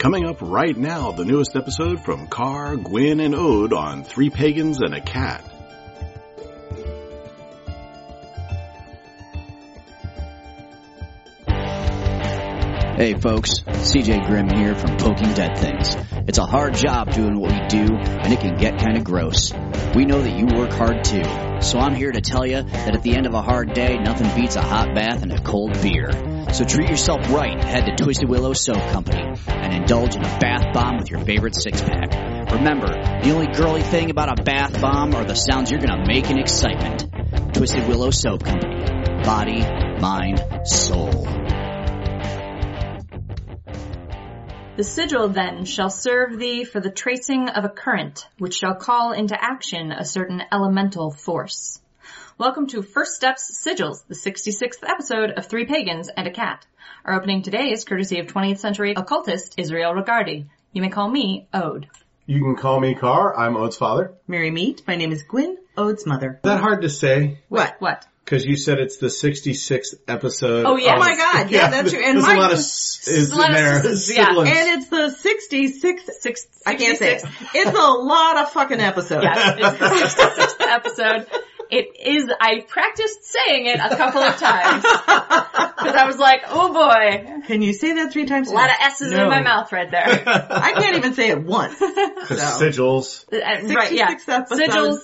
Coming up right now, the newest episode from Carr, Gwyn, and Ode on Three Pagans and a Cat. Hey folks, CJ Grimm here from Poking Dead Things. It's a hard job doing what we do, and it can get kind of gross. We know that you work hard too, so I'm here to tell you that at the end of a hard day, nothing beats a hot bath and a cold beer. So treat yourself right, head to Twisted Willow Soap Company, and indulge in a bath bomb with your favorite six pack. Remember, the only girly thing about a bath bomb are the sounds you're gonna make in excitement. Twisted Willow Soap Company. Body, mind, soul. The sigil then shall serve thee for the tracing of a current, which shall call into action a certain elemental force. Welcome to First Steps Sigils, the 66th episode of Three Pagans and a Cat. Our opening today is courtesy of 20th century occultist Israel Regardi. You may call me Ode. You can call me Carr. I'm Ode's father. Mary Meat. My name is Gwyn, Ode's mother. Is that hard to say? What? What? Because you said it's the 66th episode. Oh, yeah. Oh my god, yeah, that's true. And there's my, a lot of s- is a lot in of there. s's, yeah. Sibilants. and it's the 66th, Six, I can't say it. It's a lot of fucking episodes. Yes, it's the 66th episode. It is, I practiced saying it a couple of times. Cause I was like, oh boy, Can you say that three times? a lot of S's in No. my mouth right there. I can't even say it once. The So. sigils. Uh, right, yeah. 66th episode. Sigil,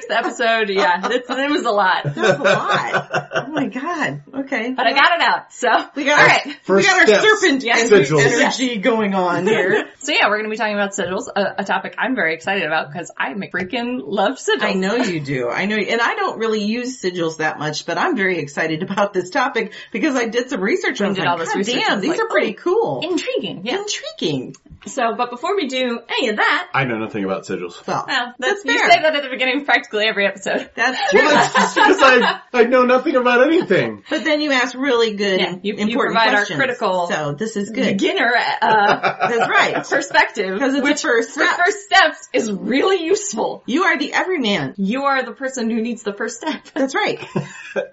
66th episode, yeah. It, it was a lot. That's a lot. Oh my god. Okay. But I got it out, so. we got All our, right. we First got our steps. serpent en- Sigils. energy going on here. So yeah, we're gonna be talking about sigils, a, a topic I'm very excited about because I freaking love sigils. I know you do. I know, and I don't really use sigils that much, but I'm very excited about this topic because I did some research on did all this research and Damn, was these like, are pretty oh, cool. Intriguing, yeah. Intriguing. So, but before we do any of that, I know nothing about sigils. Well, well, that's that's, you fair. say that at the beginning of practically every episode. that's true. Well, that's just because I, I know nothing about anything. But then you ask really good Yeah, and you- you important provide our questions. critical- So this is good. Beginner, uh, That's right. perspective. 'Cause it's a which first for step. first steps is really useful. You are the everyman. You are the person who needs the first step. That's right.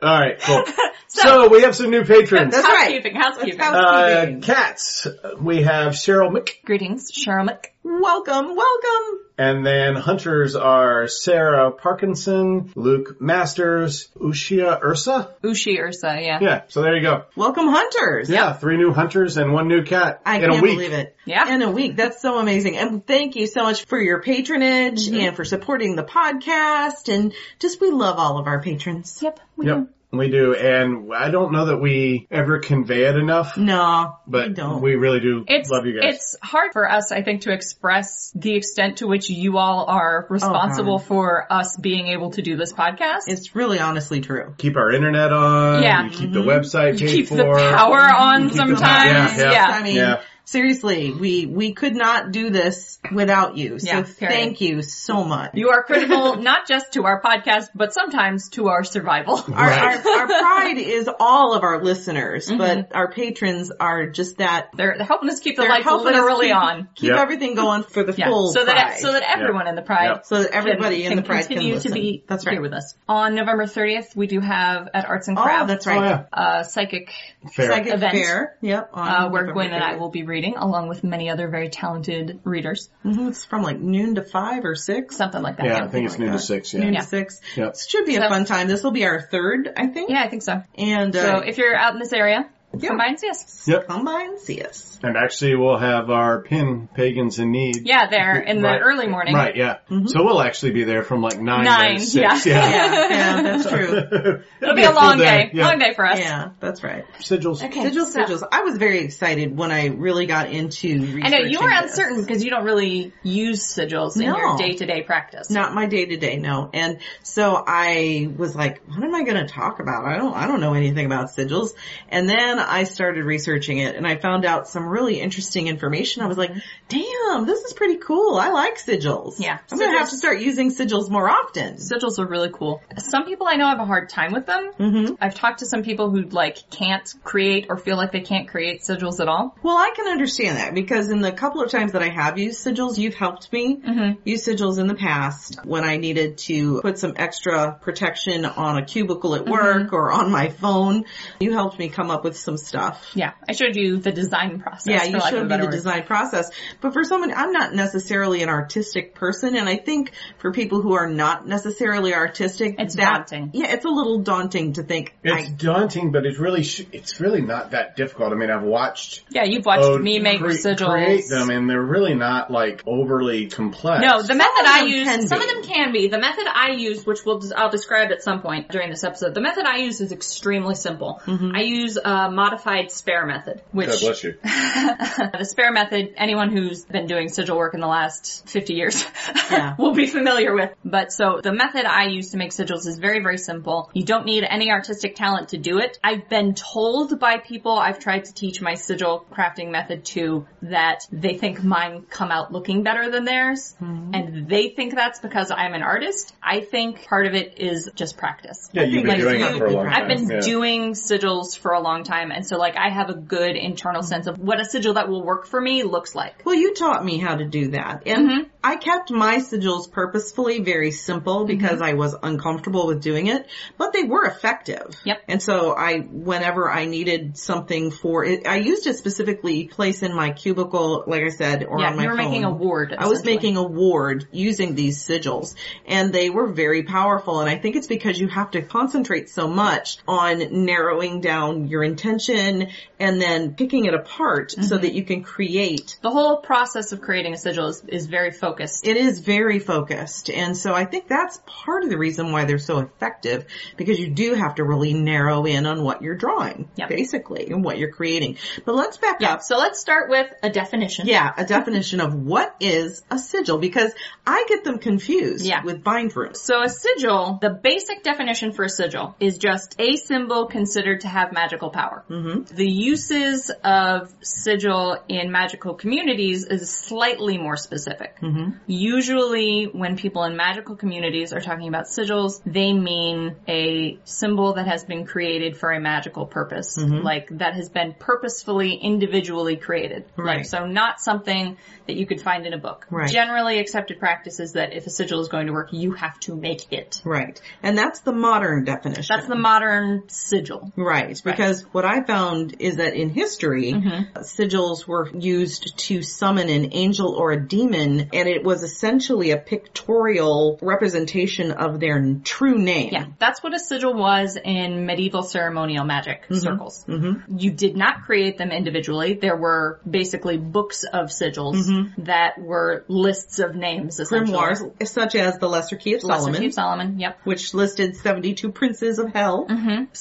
Alright, cool. So- So, we have some new patrons. That's right. housekeeping, housekeeping. That's how- Uh, cats. We have Cheryl Mc, Greetings, Cheryl Mc. Welcome, welcome. and then hunters are Sarah Parkinson, Luke Masters, Ushia Ursa. Ushi Ursa, yeah. Yeah, so there you go. Welcome hunters. Yeah, three new hunters and one new cat I in can't a week. believe it. Yeah. In a week. That's so amazing. And thank you so much for your patronage Mm-hmm. and for supporting the podcast and just we love all of our patrons. Yep. we Yep, Mm-hmm. we do. And I don't know that we ever convey it enough, No, but we we, don't. really do It's, love you guys. it's hard for us, I think, to express the extent to which you all are responsible for us being able to do this podcast. Oh, it's really honestly true. Keep our internet on. Yeah. You keep Mm-hmm. the website you paid keep for. the power on keep the power- Um, sometimes. yeah, yeah. I mean, Yeah. seriously, we, we could not do this without you. So Yeah, period. thank you so much. You are critical not just to our podcast, but sometimes to our survival. our, Right. our, our pride is all of our listeners, Mm-hmm. but our patrons are just that. They're they're helping us keep the They're lights helping us literally keep- on. Keep Yep. everything going for the Yeah. full so that e-, pride. so that everyone in the pride Yep. So that can- everybody in can the pride can continue listen. to be That's right. here with us. On November 30th, we do have at Arts and Oh, Crafts that's Oh, right. yeah. a psychic Fair. Psychic Event. fair. Yep. on uh, where November Gwen and I 30th. will be reading, along with many other very talented readers, Mhm, It's from like noon to five or six. something like that. yeah, I think it's like new to that. six. Noon Yeah. Yeah. to six. Yep. It should be a So- fun time. This will be our third, I think. Yeah, I think so. And So uh, if you're out in this area, Yeah. come by and see us. Yep. come by and see us. And actually, we'll have our pin pagans in need. Yeah, there in the Right. early morning. Mm-hmm. Right. Yeah. So we'll actually be there from like nine, Nine, to six. yeah. Yeah. Yeah, yeah, that's true. It'll, It'll be a long full day. Yeah. Long day for us. Yeah, that's right. Sigils. Okay. Sigils, so- sigils. I was very excited when I really got into researching I know you were this. uncertain because you don't really use sigils in your No. day to day practice. Not my day to day, no. And so I was like, what am I going to talk about? I don't, I don't know anything about sigils. And then I started researching it and I found out some really interesting information. I was like, damn, this is pretty cool. I like sigils. Mm-hmm. Yeah. I'm going to have Sigils- to start using sigils more often. Sigils are really cool. Some people I know have a hard time with them. Mm-hmm. I've talked to some people who like can't create or feel like they can't create sigils at all. Well, I can understand that because in the couple of times that I have used sigils, you've helped me Mm-hmm. use sigils in the past when I needed to put some Mm-hmm. extra protection on a cubicle at work or on my phone. You helped me come up with some stuff. Yeah, I showed you the design process. Yeah, for you lack of a showed me better the word. design process. But for someone, I'm not necessarily an artistic person, and I think for people who are not necessarily artistic, It's that, daunting. Yeah, it's a little daunting to think. It's I, daunting, but it's really sh- it's really not that difficult. I mean, I've watched Yeah, you've watched Ode me make Oh, cre- sigils. create them, and they're really not like overly complex. No, the method of I them can use, some of be. them can be. The method I use, which we'll, I'll describe at some point during this episode, the method I use is extremely simple. Mm-hmm. I use a modified spare method, which God bless you. the spare method, anyone who's been doing sigil work in the last 50 years Yeah. will be familiar with. But so the method I use to make sigils is very, very simple. You don't need any artistic talent to do it. I've been told by people I've tried to teach my sigil crafting method to that they think mine come out looking better than theirs. And they think that's because I'm an artist. I think part of it is just practice. Yeah, you've think been it's doing really it for a long time. different. I've been yeah. doing sigils for a long time, and so like I have a good internal sense of what a sigil that will work for me looks like. well, you taught me how to do that, and Mm-hmm. I kept my sigils purposefully very simple Mm-hmm. because I was uncomfortable with doing it, but they were effective. Yep. And so I, whenever I needed something for it, I used it specifically place in my cubicle, like I said, or yeah, on my you were making a phone. ward. I was essentially. making a ward using these sigils and they were very powerful and I think it's because you have to concentrate so much on narrowing down your intention and then picking it apart so Mm-hmm. that you can create the whole process of creating a sigil is, is very focused. it is very focused and so I think that's part of the reason why they're so effective because you do have to really narrow in on what you're drawing Yep. basically and what you're creating. But let's back Yeah. up So let's start with a definition. Yeah, a definition of what is a sigil because I get them confused Yeah. with bind rooms. So a sigil, the basic definition for a sigil is just a symbol considered to have magical power. Mm-hmm. The uses of sigil in magical communities is slightly more specific. Mm-hmm. Usually when people in magical communities are talking about sigils, they mean a symbol that has been created for a magical purpose. Like that has been purposefully individually created. Like Right. so not something that you could find in a book. Right. Generally accepted practice is that if a sigil is going to work, you have to make it. Right. And that's the modern definition. That's the modern sigil. Right, Mm-hmm. because what I found is that in history, sigils were used to summon an angel or a demon, and it was essentially a pictorial representation of their n- true name. Yeah, that's what a sigil was in medieval ceremonial magic circles. You did not create them individually. There were basically books of sigils that were lists of names, essentially. Grimoires such as the Lesser Key of Lesser Solomon, Chief Solomon, yep. which listed 72 princes of hell.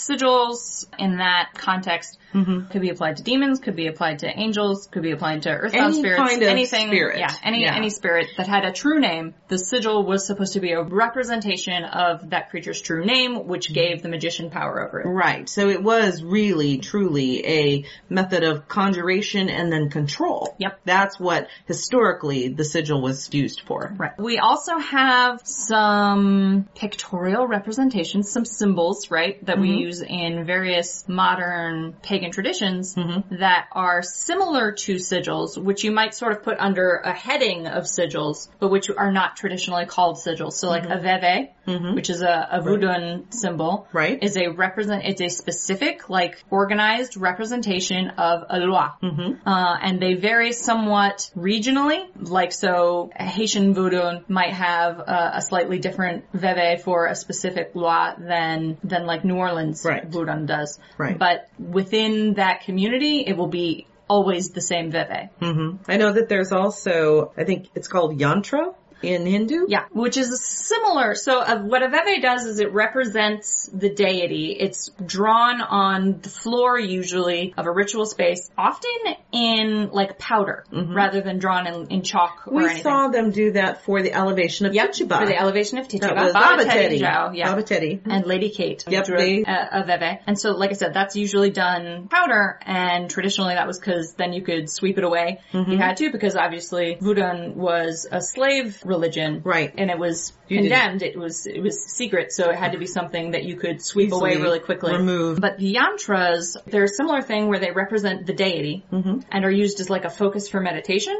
sigils in that context Mm-hmm. could be applied to demons, could be applied to angels, could be applied to earthbound Any spirits, kind of anything, spirit. yeah, any Yeah. any spirit that had a true name. The sigil was supposed to be a representation of that creature's true name, Mm-hmm. which gave the magician power over it. Right. So it was really, truly a method of conjuration and then control. Yep. That's what historically the sigil was used for. Right. We also have some pictorial representations, some symbols, right, that we use in various modern pagan traditions that are similar to sigils, which you might sort of put under a heading of sigils, but which are not traditionally called sigils. So like a veve, which is a, a Vodun symbol, Right. is a represent, it's a specific, like organized representation of a loi. Uh, and they vary somewhat regionally. Like so, a Haitian voodoo might have uh, a, a slightly different veve for a specific loi than than like New Orleans Right. voodoo does. Right. But within that community, it will be always the same veve. Hmm. I know that there's also, I think it's called yantra in Hindu. Yeah, which is similar. So uh, what a veve does is it represents the deity. It's drawn on the floor usually of a ritual space, often in like powder rather than drawn in, in chalk or Mm-hmm. We anything. saw them do that for the elevation of Yep, Tituba. for the elevation of Tituba. that was Baba Baba Teddy Teddy. Joe, yeah. Baba Teddy. and Lady Kate, Mm-hmm. Yep, drew they- a, a veve. And so, like I said, that's usually done powder, and traditionally that was Mm-hmm. because then you could sweep it away. if You had to, because obviously Vudan was a slave religion. Right. And it was You didn't. condemned. It was, it was secret. So it had to be something that you could sweep away Easily really quickly. remove. But the yantras, they're a similar thing where they represent the deity Mm-hmm. and are used as like a focus for meditation,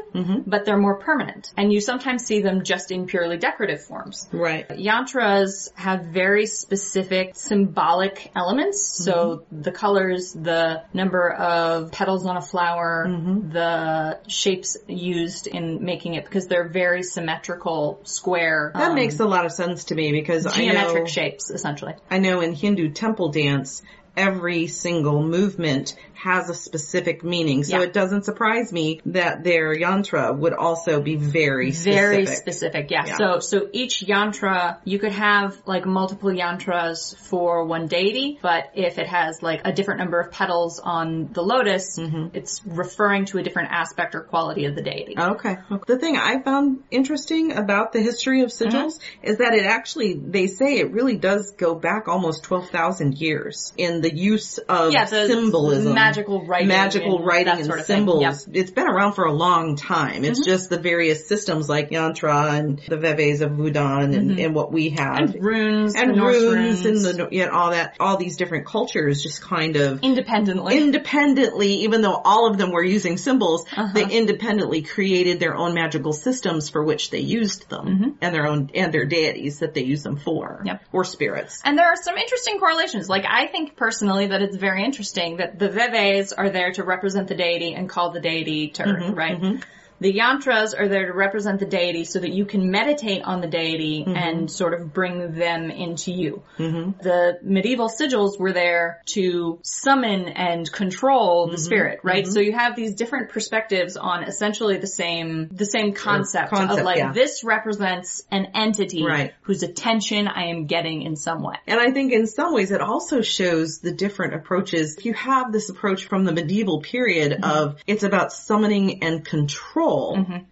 but they're more permanent. And you sometimes see them just in purely decorative forms. Right. Yantras have very specific symbolic elements. So Mm-hmm. the colors, the number of petals on a flower, Mm-hmm. the shapes used in making it because they're very symmetrical, square. That um, makes a lot of sense to me because I geometric know shapes essentially. I know in Hindu temple dance, every single movement has a specific meaning. So Yeah. it doesn't surprise me that their yantra would also be very specific. Very specific, yeah. Yeah. So, so each yantra, you could have like multiple yantras for one deity, but if it has like a different number of petals on the lotus, Mm-hmm. it's referring to a different aspect or quality of the deity. Okay. The thing I found interesting about the history of sigils Mm-hmm. is that it actually, they say it really does go back almost 12,000 years in the use of Yeah, the symbolism. magical writing Magical and writing that and sort of thing. symbols. Yep. Mm-hmm. It's been around for a long time. It's just the various systems like Yantra and the Veves of Wudan and, and what we have. Mm-hmm. And runes, and the Norse runes, runes, and the, yeah, all that, all these different cultures just kind of independently. independently, even though all of them were using symbols, they independently created their own magical systems for which they used them and their own, and their deities that they use them for. Yep. Or spirits. and there are some interesting correlations. Like I think personally that it's very interesting that the Veves are there to represent the deity and call the deity to earth, right? The yantras are there to represent the deity so that you can meditate on the deity and sort of bring them into you. The medieval sigils were there to summon and control the spirit, right? So you have these different perspectives on essentially the same, the same concept, concept, of like yeah. this represents an entity Right. whose attention I am getting in some way. And I think in some ways it also shows the different approaches. If you have this approach from the medieval period Mm-hmm. of it's about summoning and control,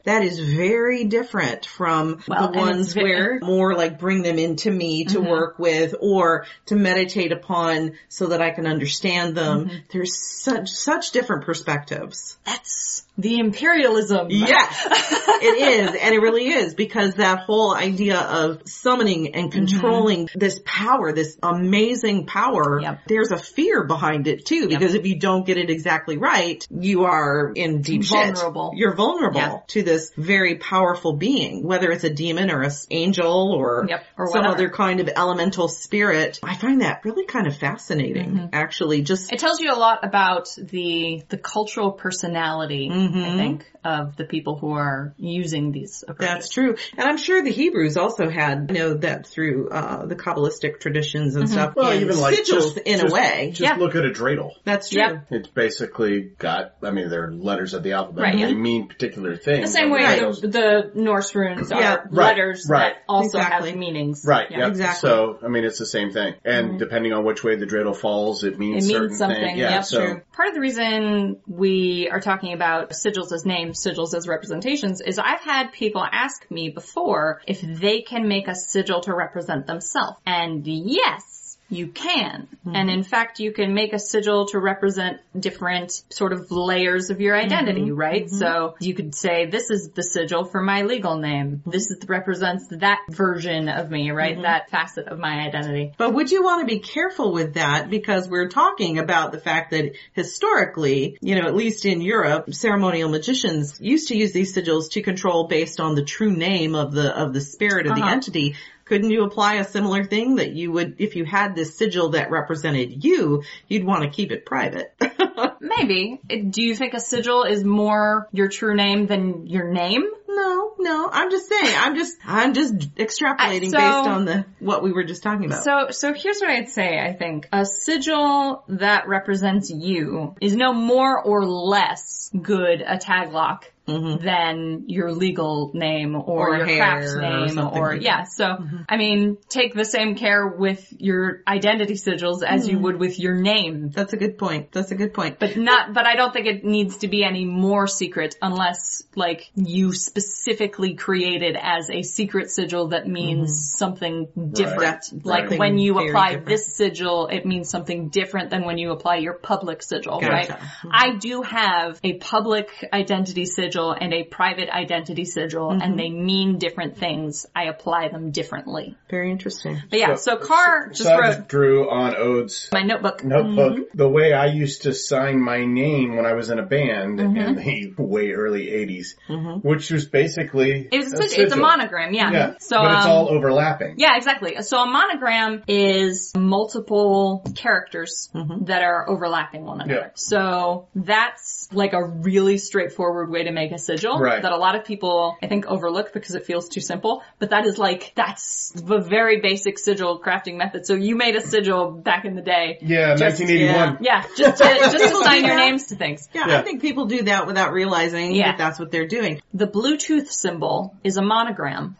that is very different from Well, and the it's ones ve- Mm-hmm. where more like bring them into me to work with or to meditate upon so that I can understand them. Mm-hmm. There's such, such different perspectives. That's the imperialism. Yes, it is, and it really is because that whole idea of summoning and Mm-hmm. controlling this power, this amazing power, Yep. there's a fear behind it too because if you don't get it exactly right, you are in deep shit. Vulnerable. You're vulnerable Yeah. to this very powerful being, whether it's a demon or an angel or, Yep, or some whatever. other kind of elemental spirit. I find that really kind of fascinating, Mm-hmm. actually. Just It tells you a lot about the the cultural personality, I Mm-hmm. think, of the people who are using these approaches. That's true. And I'm sure the Hebrews also had, you know, that through, uh, the Kabbalistic traditions Mm-hmm. and stuff. Well, and even like sigils just, in just- a way. Just Yeah. look at a dreidel. That's true. Yep. It's basically got. I mean, they're letters of the alphabet. Right, They yeah. mean particular things. The same way Right. the, the Norse runes are Yeah. letters Right, right. that also Exactly. have meanings. Right. Yeah. Mm-hmm. yep. exactly. So, I mean, it's the same thing. And depending on which way the dreidel falls, it means It certain means something. Thing. Yeah. yep, so, true. Part of the reason we are talking about sigils as names, sigils as representations, is I've had people ask me before if they can make a sigil to represent themselves. And yes, you can. Mm-hmm. And in fact, you can make a sigil to represent different sort of layers of your identity, Mm-hmm. right? So you could say, this is the sigil for my legal name. This is, represents that version of me, right? Mm-hmm. That facet of my identity. But would you want to be careful with that because we're talking about the fact that historically, you know, at least in Europe, ceremonial magicians used to use these sigils to control based on the true name of the, of the spirit of the Uh-huh. entity. Couldn't you apply a similar thing that you would, if you had this sigil that represented you, you'd want to keep it private? Maybe. It- Do you think a sigil is more your true name than your name? No, no. I'm just saying. I'm just I'm just extrapolating I- so- based on the what we were just talking about. So, so here's what I'd say, I think. A sigil that represents you is no more or less good a taglock than your legal name Mm-hmm. or, Or your hair craft's or name something or, like yeah. So, I mean, take the same care with your identity sigils as you would with your name. That's a good point. That's a good point. But not, but I don't think it needs to be any more secret unless like you specifically created as a secret sigil that means something different. That's Like something when you very apply different. this sigil, it means something different than when you apply your public sigil, Gotcha. right? I do have a public identity sigil sigil and a private identity sigil and they mean different things. I apply them differently. Very interesting. But yeah, so, So- Carr just so I wrote Mm-hmm. drew on Ode's my notebook. notebook the way I used to sign my name when I was in a band in Mm-hmm. the way early 80s, which was basically It was a sigil. It's a monogram, yeah. Yeah, So but it's um, all overlapping. Yeah, exactly. So a monogram is multiple characters that are overlapping one another. Mm-hmm. Yeah. So that's like a really straightforward way to make a sigil Right. that a lot of people I think overlook because it feels too simple. But that is like that's the very basic sigil crafting method. So you made a sigil back in the day. Yeah, Just- 1981. Yeah, just to, just to People sign do your that? names to things. Yeah, Yeah. I think people do that without realizing Yeah. that that's what they're doing. The Bluetooth symbol is a monogram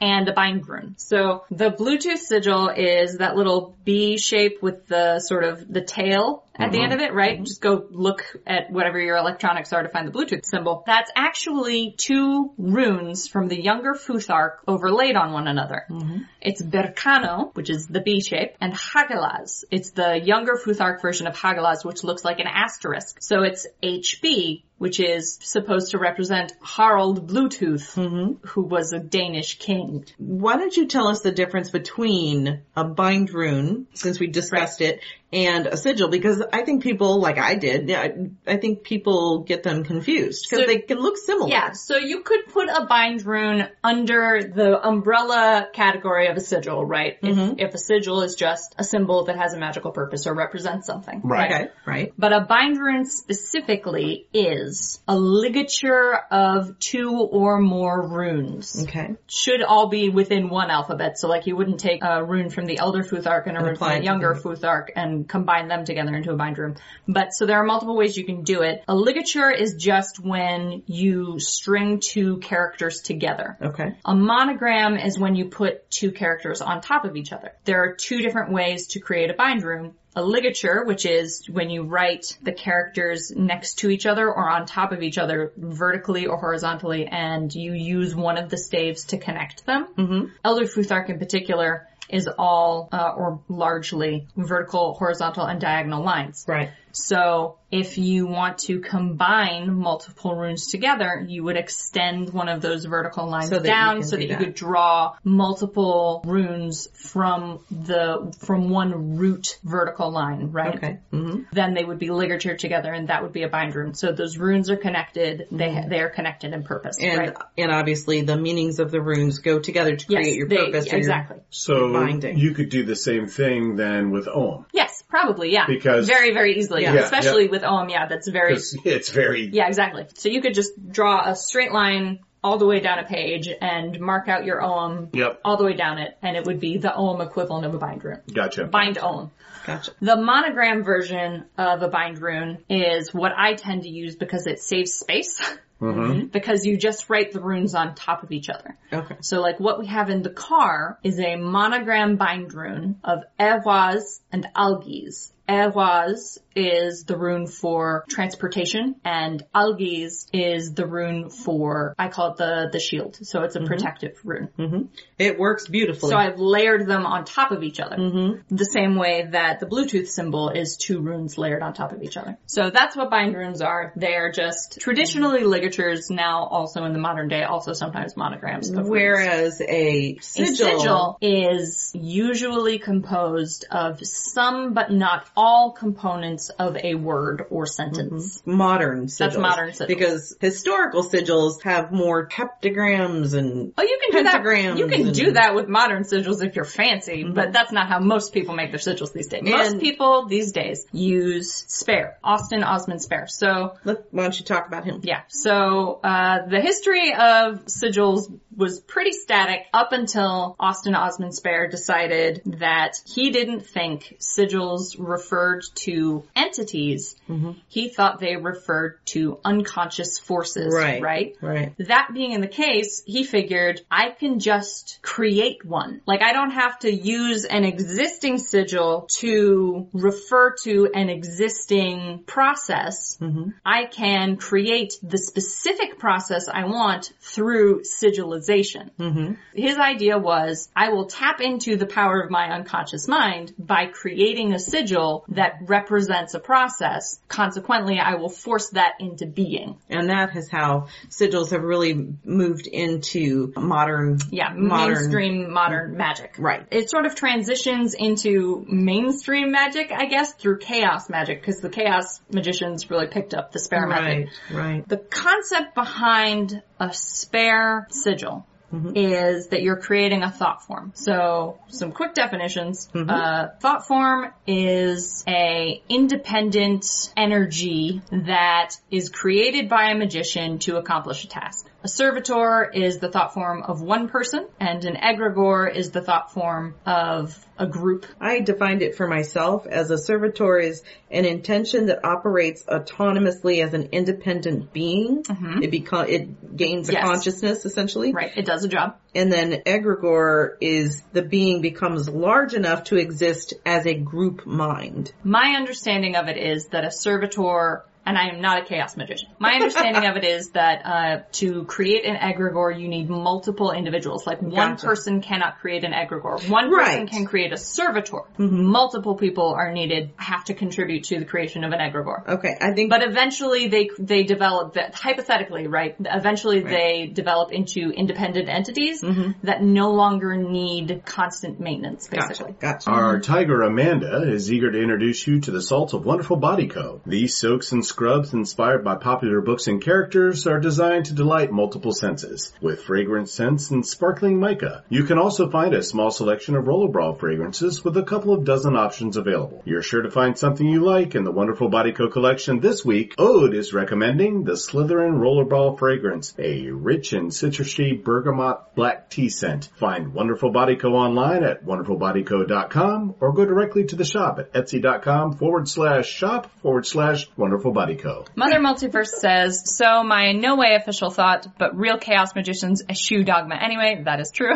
and a bind rune. So the Bluetooth sigil is that little B shape with the sort of the tail at the end of it, right? Just go look at whatever your electronics are to find the Bluetooth symbol. That's actually two runes from the younger Futhark overlaid on one another. It's Berkano, which is the B shape, and Hagalaz. It's the younger Futhark version of Hagalaz, which looks like an asterisk. So it's HB, which is supposed to represent Harald Bluetooth, who was a Danish king. Why don't you tell us the difference between a bind rune, since we discussed it, and a sigil? Because I think people, like I did, yeah, I I think people get them confused because So- they can look similar. Yeah, so you could put a bind rune under the umbrella category of a sigil, right? If, if a sigil is just a symbol that has a magical purpose or represents something. Right. Okay. Right. But a bind rune specifically is a ligature of two or more runes. Okay. Should all be within one alphabet. So like you wouldn't take a rune from the Elder Futhark and a rune from apply it the to Younger the- Futhark and combine them together into a bind rune. But so there are multiple ways you can do it. A ligature is just when you string two characters together. Okay. A monogram is when you put two characters on top of each other. There are two different ways to create a bind rune. A ligature, which is when you write the characters next to each other or on top of each other vertically or horizontally and you use one of the staves to connect them. Mm-hmm. Elder Futhark in particular is all uh, or largely vertical, horizontal, and diagonal lines. Right. So if you want to combine multiple runes together, you would extend one of those vertical lines So that you down can so do that you that. could draw multiple runes from the, from one root vertical line, right? Okay. hmm Then they would be ligatured together and that would be a bind rune. So those runes are connected. They, they are connected in purpose. Mm-hmm. And right? and obviously the meanings of the runes go together to create your they- purpose. or your- exactly. So Binding. you could do the same thing then with Ohm. Yes, probably, yeah. Because- very, very easily, Yeah. Yeah, especially with OM, yeah, that's very 'Cause It's very Yeah, exactly. So you could just draw a straight line all the way down a page and mark out your ohm Yep. all the way down it, and it would be the ohm equivalent of a bind rune. gotcha. Bind ohm. Gotcha. The monogram version of a bind rune is what I tend to use because it saves space. because you just write the runes on top of each other. Okay. So like what we have in the car is a monogram bind rune of Ewaz and Algiz. Ewaz is the rune for transportation and Algiz is the rune for, I call it the, the shield. So it's a protective rune. It works beautifully. So I've layered them on top of each other. The same way that the Bluetooth symbol is two runes layered on top of each other. So that's what bind runes are. They are just traditionally ligatures, now also in the modern day, also sometimes monograms of runes. Whereas a A sigil, sigil is usually composed of some but not all components of a word or sentence. modern sigils. That's modern sigils. Because historical sigils have more heptagrams and Oh, you can do that. Pentagrams You can and- Mm-hmm. do that with modern sigils if you're fancy, but that's not how most people make their sigils these days. Most And- people these days use spare, Austin Osman spare. So Let- why don't you talk about him? yeah, so uh, the history of sigils was pretty static up until Austin Osman Spare decided that he didn't think sigils referred to entities. Mm-hmm. He thought they referred to unconscious forces, Right. right? Right. That being in the case, he figured I can just create one. Like I don't have to use an existing sigil to refer to an existing process. I can create the specific process I want through sigilization. His idea was I will tap into the power of my unconscious mind by creating a sigil symbol that represents a process. Consequently, I will force that into being. And that is how sigils have really moved into modern, Yeah, modern, mainstream modern magic. Right. It sort of transitions into mainstream magic, I guess, through chaos magic, because the chaos magicians really picked up the spare Right, method. right. The concept behind a spare sigil is that you're creating a thought form. So some quick definitions. Uh, thought form is a independent energy that is created by a magician to accomplish a task. A servitor is the thought form of one person and an egregore is the thought form of a group. I defined it for myself as a servitor is an intention that operates autonomously as an independent being. It becomes, it gains a Mm-hmm. Yes. consciousness essentially. Right. It does a job. And then egregore is the being becomes large enough to exist as a group mind. My understanding of it is that a servitor, and I am not a chaos magician. My understanding of it is that uh, to create an egregore, you need multiple individuals. Like one Gotcha. person cannot create an egregore. One person Right. Mm-hmm. can create a servitor. Multiple people are needed, have to contribute to the creation of an egregore. Okay, I think But eventually they they develop that hypothetically, right? Eventually they develop into independent entities Mm-hmm. that no longer need constant maintenance, gotcha, basically. gotcha. Our tiger Amanda is eager to introduce you to the salts of Wonderful Body Co. These soaks and scrubs inspired by popular books and characters are designed to delight multiple senses with fragrant scents and sparkling mica. You can also find a small selection of Rollerball fragrances with a couple of dozen options available. You're sure to find something you like in the Wonderful Body Co collection this week. Ode is recommending the Slytherin Rollerball fragrance, a rich and citrusy bergamot black tea scent. Find Wonderful Body Co online at wonderfulbodyco.com or go directly to the shop at etsy.com forward slash shop forward slash Wonderful Body Co. Mother Multiverse says, so my in no way official thought, but real chaos magicians eschew dogma anyway, that is true.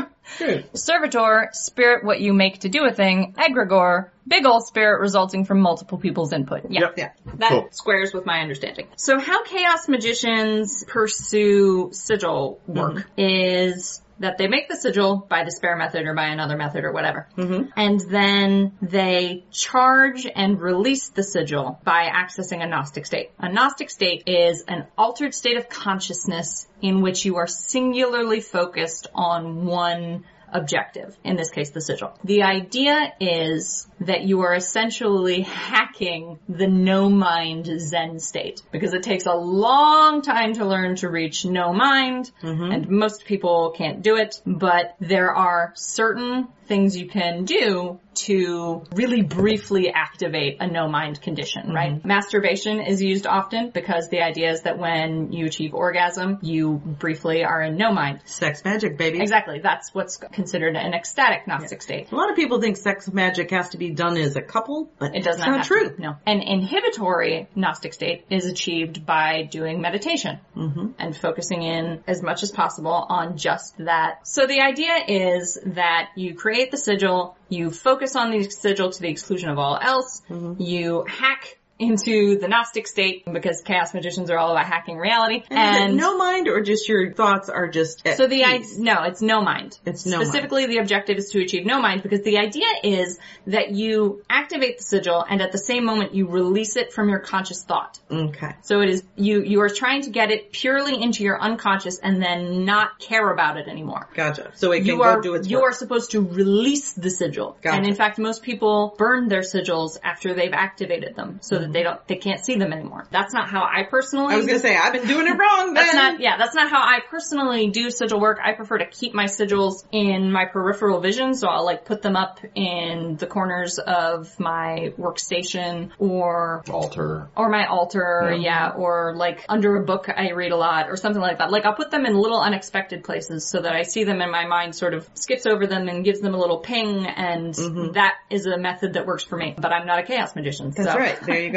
Servitor, spirit what you make to do a thing, egregore, big ol' spirit resulting from multiple people's input. Yeah. Yeah. That Cool. squares with my understanding. So how chaos magicians pursue sigil work is that they make the sigil by the spare method or by another method or whatever. And then they charge and release the sigil by accessing a Gnostic state. A Gnostic state is an altered state of consciousness in which you are singularly focused on one objective, in this case the sigil. The idea is that you are essentially hacking the no mind Zen state because it takes a long time to learn to reach no mind and most people can't do it, but there are certain things you can do to really briefly activate a no mind condition, right? Masturbation is used often because the idea is that when you achieve orgasm, you briefly are in no mind. Sex magic, baby. Exactly. That's what's considered an ecstatic Gnostic state. A lot of people think sex magic has to be done as a couple, but It does it's not not have true. to- no. An inhibitory Gnostic state is achieved by doing meditation Mm-hmm. and focusing in as much as possible on just that. So the idea is that you create the sigil, you focus on the sigil to the exclusion of all else, Mm-hmm. you hack into the Gnostic state because chaos magicians are all about hacking reality And, and no mind or just your thoughts are just at So the idea, peace. no, it's no mind. It's no Specifically, the objective is to achieve no mind because the idea is that you activate the sigil and at the same moment you release it from your conscious thought. Okay. So it is, you, you are trying to get it purely into your unconscious and then not care about it anymore. Gotcha. So it can You go are, do its you work. are supposed to release the sigil. Gotcha. And in fact, most people burn their sigils after they've activated them so that they don't, they can't see them anymore. That's not how I personally Mm-hmm. I was gonna say I've been doing it wrong. that's then. not, yeah, that's not how I personally do sigil work. I prefer to keep my sigils in my peripheral vision, so I'll like put them up in the corners of my workstation or Alter. or my altar, yeah. or like under a book I read a lot or something like that. Like I'll put them in little unexpected places so that I see them and my mind sort of skips over them and gives them a little ping and that is a method that works for me. But I'm not a chaos magician. Mm-hmm. That's so. right. There you go.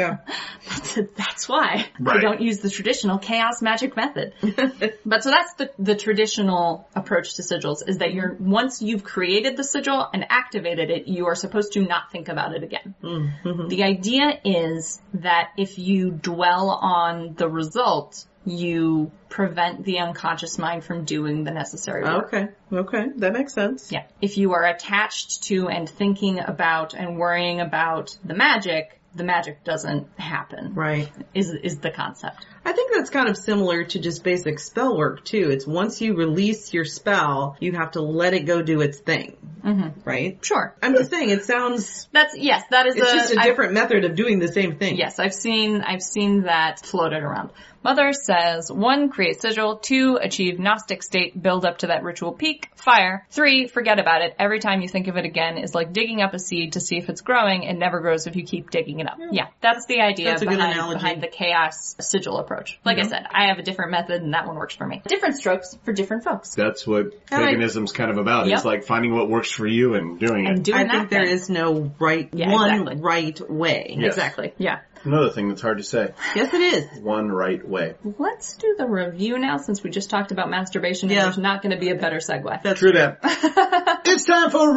that's why Right. I don't use the traditional chaos magic method. but so that's the, the traditional approach to sigils is that you're, once you've created the sigil and activated it, you are supposed to not think about it again. Mm-hmm. The idea is that if you dwell on the result, you prevent the unconscious mind from doing the necessary work. Okay. Okay. That makes sense. Yeah. If you are attached to and thinking about and worrying about the magic, the magic doesn't happen. Right. Is is the concept. I think that's kind of similar to just basic spell work too. It's once you release your spell, you have to let it go do its thing. Mm-hmm. Right? Sure. I'm just saying it sounds, That's yes, that is it's a, just a I- different method of doing the same thing. yes, I've seen I've seen that floated around. Mother says one, create sigil, two, achieve Gnostic state, build up to that ritual peak, fire, three, forget about it. Every time you think of it again is like digging up a seed to see if it's growing. It never grows if you keep digging it up. Yeah, that's the idea That's a good behind, analogy. Mm-hmm. behind the chaos sigil approach. Like I said, I have a different method and that one works for me. Different strokes for different folks. That's what And I- paganism's kind of about. It's Yep. like finding what works for you and doing And it. doing I that think there thing. is no right, Yeah, one exactly. right way. Yes. Exactly. Yeah. Another thing that's hard to say. Yes, it is. One right way. Let's do the review now since we just talked about masturbation and Yeah. there's not going to be a better segue. That's True that. it's time for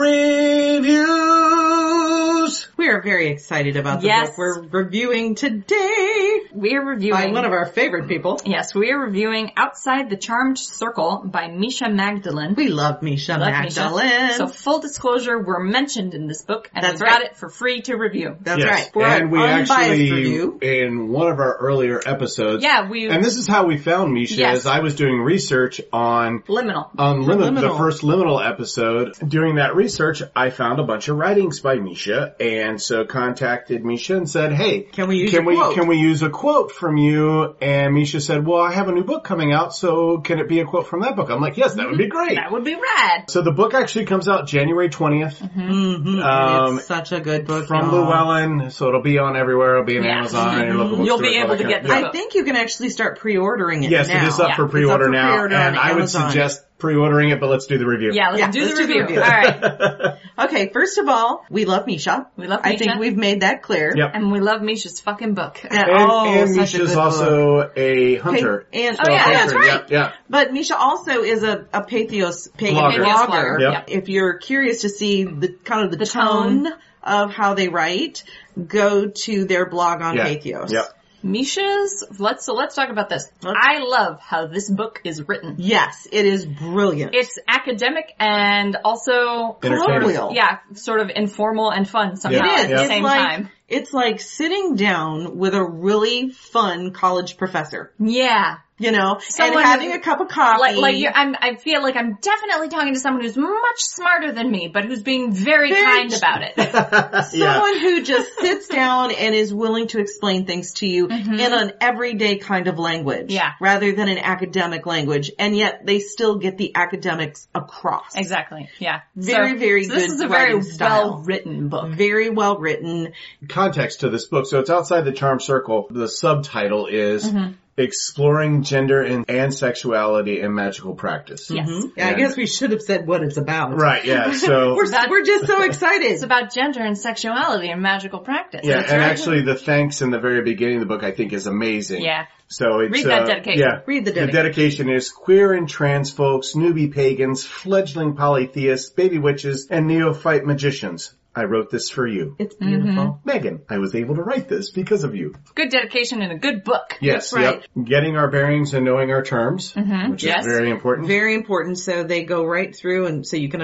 reviews. We are very excited about the Yes. book we're reviewing today We're by reviewing one of our favorite people. Yes, we are reviewing Outside the Charmed Circle by Misha Magdalene. We love Misha Love Misha. Magdalene. So full disclosure, we're mentioned in this book and That's we got right. it for free to review. That's right. We're And an we unbiased actually, review. in one of our earlier episodes, Yeah, we and this is how we found Misha, Yes. is I was doing research on liminal. on Lim- the Liminal. first Liminal episode. Doing that research, I found a bunch of writings by Misha, and so contacted Misha and said, "Hey, Can we use can a we quote? can we use a quote from you?" And Misha said, "Well, I have a new book coming out, so can it be a quote from that book?" I'm like, "Yes, that would Mm-hmm. be great." That would be rad. So the book actually comes out January 20th Mm-hmm. Mhm. Um, it's such a good book. from y'all. Llewellyn, so it'll be on everywhere. It'll be on Yeah. Mm-hmm. Amazon and your local bookstore. You'll be able to get I think you can actually start pre-ordering it Yes, now. it is up Yeah, for it's up pre-order for now, pre-order and on I would Amazon. suggest pre-ordering it, but let's do the review. Yeah, let's Yeah, do let's the do the review. review. All right. Okay, first of all, we love Misha. We love I Misha. think we've made that clear. Yep. And we love Misha's fucking book. And, And, oh, and such a Misha's good book. also a Pa- hunter. and Oh, yeah, that's Hunter, right. Yeah, yeah. But Misha also is a, a Pathos pagan Blogger. blogger. Pathos blogger, Yep. If you're curious to see the kind of the, The tone, tone. of how they write, go to their blog on Yeah. Pathos. Yeah. Misha's let's so let's talk about this. Let's- I love how this book is written. Yes, it is brilliant. It's academic and also colloquial. yeah, sort of informal and fun somehow It is. at the It's same like, time. It's like sitting down with a really fun college professor, Yeah. you know, Someone and having who- a cup of coffee. Like, like you're, I'm, I feel like I'm definitely talking to someone who's much smarter than me, but who's being very, Very kind ch- about it. yeah. Someone who just sits down and is willing to explain things to you in an everyday kind of language. Mm-hmm. Yeah. Rather than an academic language. And yet they still get the academics across. exactly. Yeah. Very, very so this good is a very writing style. Mm-hmm. well written book. Very well written. Context to this book. So it's outside the charm circle. The subtitle is Mm-hmm. Exploring Gender and, and Sexuality in Magical Practice. Yes. Yeah, I Yeah. guess we should have said what it's about. Right, yeah. So We're, we're just so excited. It's about gender and sexuality and magical practice. Yeah, That's and right. actually the thanks in the very beginning of the book I think is amazing. Yeah. So it's Read that uh, dedication. Yeah. Read the The dedication is queer and trans folks, newbie pagans, fledgling polytheists, baby witches, and neophyte magicians. I wrote this for you. It's beautiful. Mm-hmm. Megan, I was able to write this because of you. good dedication and a good book. Yes, That's right. yep. Getting our bearings and knowing our terms, which Mm-hmm. yes. is very important. Very important. So they go right through and so you can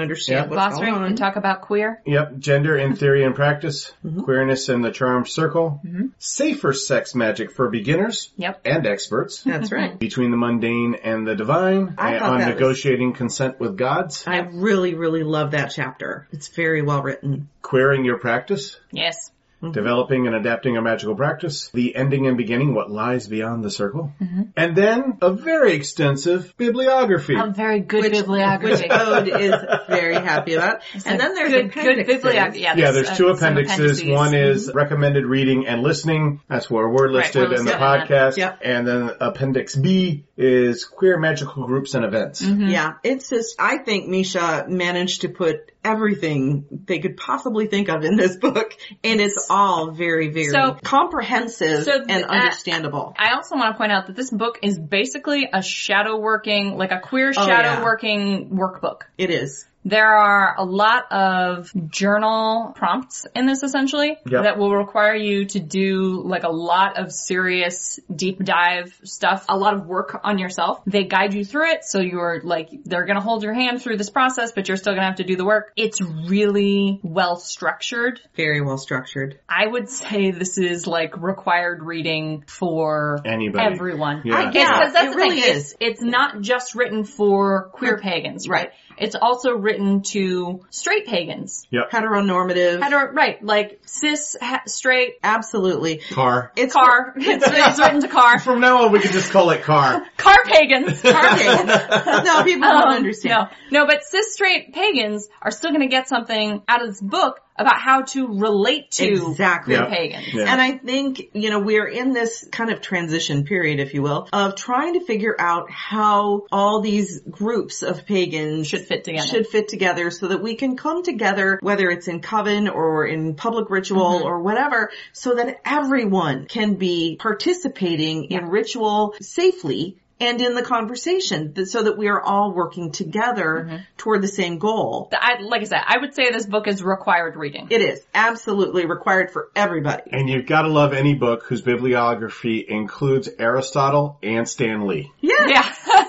Yeah. understand what's Fostering going on. and talk about queer. Yep, gender in theory and practice, Mm-hmm. queerness in the charm circle, safer sex magic for beginners Yep. and experts. That's right. between the mundane and the divine I and thought on that was- negotiating consent with gods, I really, really love that chapter. It's very well written. querying your practice, Yes. Mm-hmm. developing and adapting a magical practice, the ending and beginning, what lies beyond the circle, Mm-hmm. and then a very extensive bibliography. A very good Which- bibliography. Which Ode is very happy about. And then there's good, good appendixes. bibliography. Yeah, yeah, there's uh, two some appendixes. One Mm-hmm. is recommended reading and listening. That's where we're listed we're in the listed on that. podcast. uh, Yep. And then appendix B Mm-hmm. Mm-hmm. is queer magical groups and events. Yeah, it's just, I think Misha managed to put everything they could possibly think of in this book, and it's all very, very So- comprehensive so and that- understandable. I also want to point out that this book is basically a shadow working, like a queer Oh, shadow yeah. working workbook. it is. There are a lot of journal prompts in this essentially Yep. that will require you to do like a lot of serious deep dive stuff, a lot of work on yourself. They guide you through it. So you're like, they're going to hold your hand through this process, but you're still going to have to do the work. It's really well structured. Very well structured. I would say this is like required reading for Anybody. everyone. Yeah. I Yes, Yeah, because that's it the really thing. is. It's, it's not just written for queer pagans, right? It's also written to straight pagans. Heteronormative. Hetero, right, like cis, ha- straight, Absolutely. Car. It's car. It's, it's written to car. From now on, we could just call it car. Car pagans. Car pagans. no, people don't Um, understand. No, no, but cis straight pagans are still going to get something out of this book about how to relate to Exactly. queer Yeah. pagans. Yeah. And I think, you know, we're in this kind of transition period, if you will, of trying to figure out how all these groups of pagans Should fit together. should fit together so that we can come together, whether it's in coven or in public ritual Mm-hmm. or whatever, so that everyone can be participating in ritual safely and in the conversation th- so that we are all working together Mm-hmm. toward the same goal. I, like I said, I would say this book is required reading. It is absolutely required for everybody. And you've got to love any book whose bibliography includes Aristotle and Stan Lee. Yes. yeah.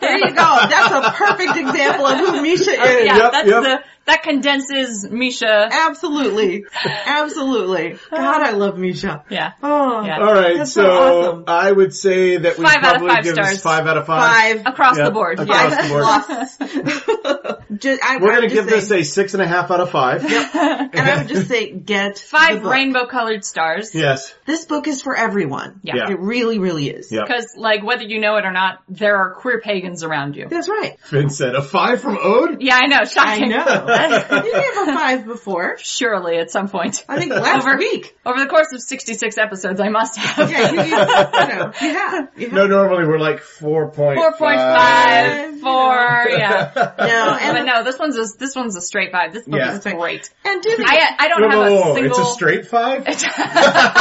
There you go. That's a perfect example of who Misha is. yeah, Yep, that's yep. the that condenses Misha. Absolutely. Absolutely. God, I love Misha. Yeah. Oh, Yeah. All right, That's so so awesome. I would say that we Five out of probably five give stars. this five out of five. five. Uh, Across Yeah, the board. across yeah. the board. Just, I, We're I going would to give this just say, a six and a half out of five. and I would just say, get the Five book. rainbow colored stars. Yes. This book is for everyone. Yeah. Yeah. It really, really is. Yeah. Because like whether you know it or not, there are queer pagans around you. That's right. Finn said a five from Ode. Yeah, I know. I Shocking. know. you gave her five before. Surely at some point. I think last week. Over the course of 66 episodes, I must have. Yeah, you, you, you know, you have. You have. No, normally we're like four point 4.5, 4, yeah. No, and, but no, this one's a, this one's a straight five. This book Yeah. is great. and do the- I, I don't Whoa, have whoa, whoa, a single... It's a straight five.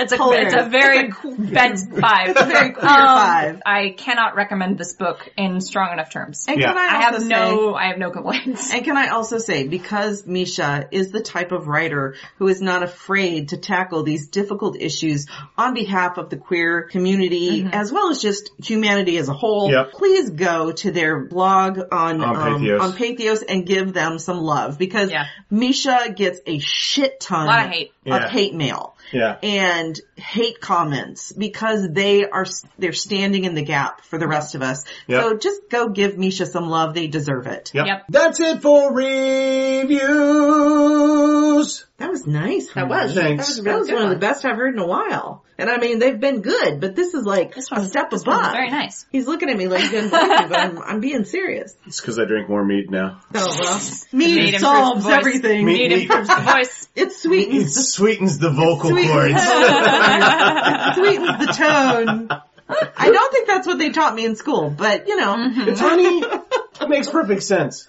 It's a Hilarious. it's a very bent five. Um, very queer five. I cannot recommend this book in strong enough terms. I, and Yeah. can I, also have say, no I have no complaints. And can I also say, because Misha is the type of writer who is not afraid to tackle these difficult issues on behalf of the queer community, Mm-hmm. as well as just humanity as a whole, Yep. please go to their blog on, On um, Patheos. on Patheos and give them some love because Yeah. Misha gets a shit ton Lot of hate. of Yeah. hate mail Yeah. and hate comments because they are they're standing in the gap for the rest of us. Yep. So just go give Misha some love; they deserve it. Yep. That's it for reviews. That was nice. That was. Thanks. That was, one of the best I've heard in a while. And I mean, they've been good, but this is like This a one's- step this above. one's very nice. He's looking at me like he doesn't like me, but I'm, I'm being serious. It's because I drink more meat now. So, well, meat improves solves voice. everything. Need Meat. improves the voice. It sweetens, It sweetens the vocal Sweet. cords. it sweetens the tone. I don't think that's what they taught me in school, but you know, Mm-hmm. it's honey. It makes perfect sense.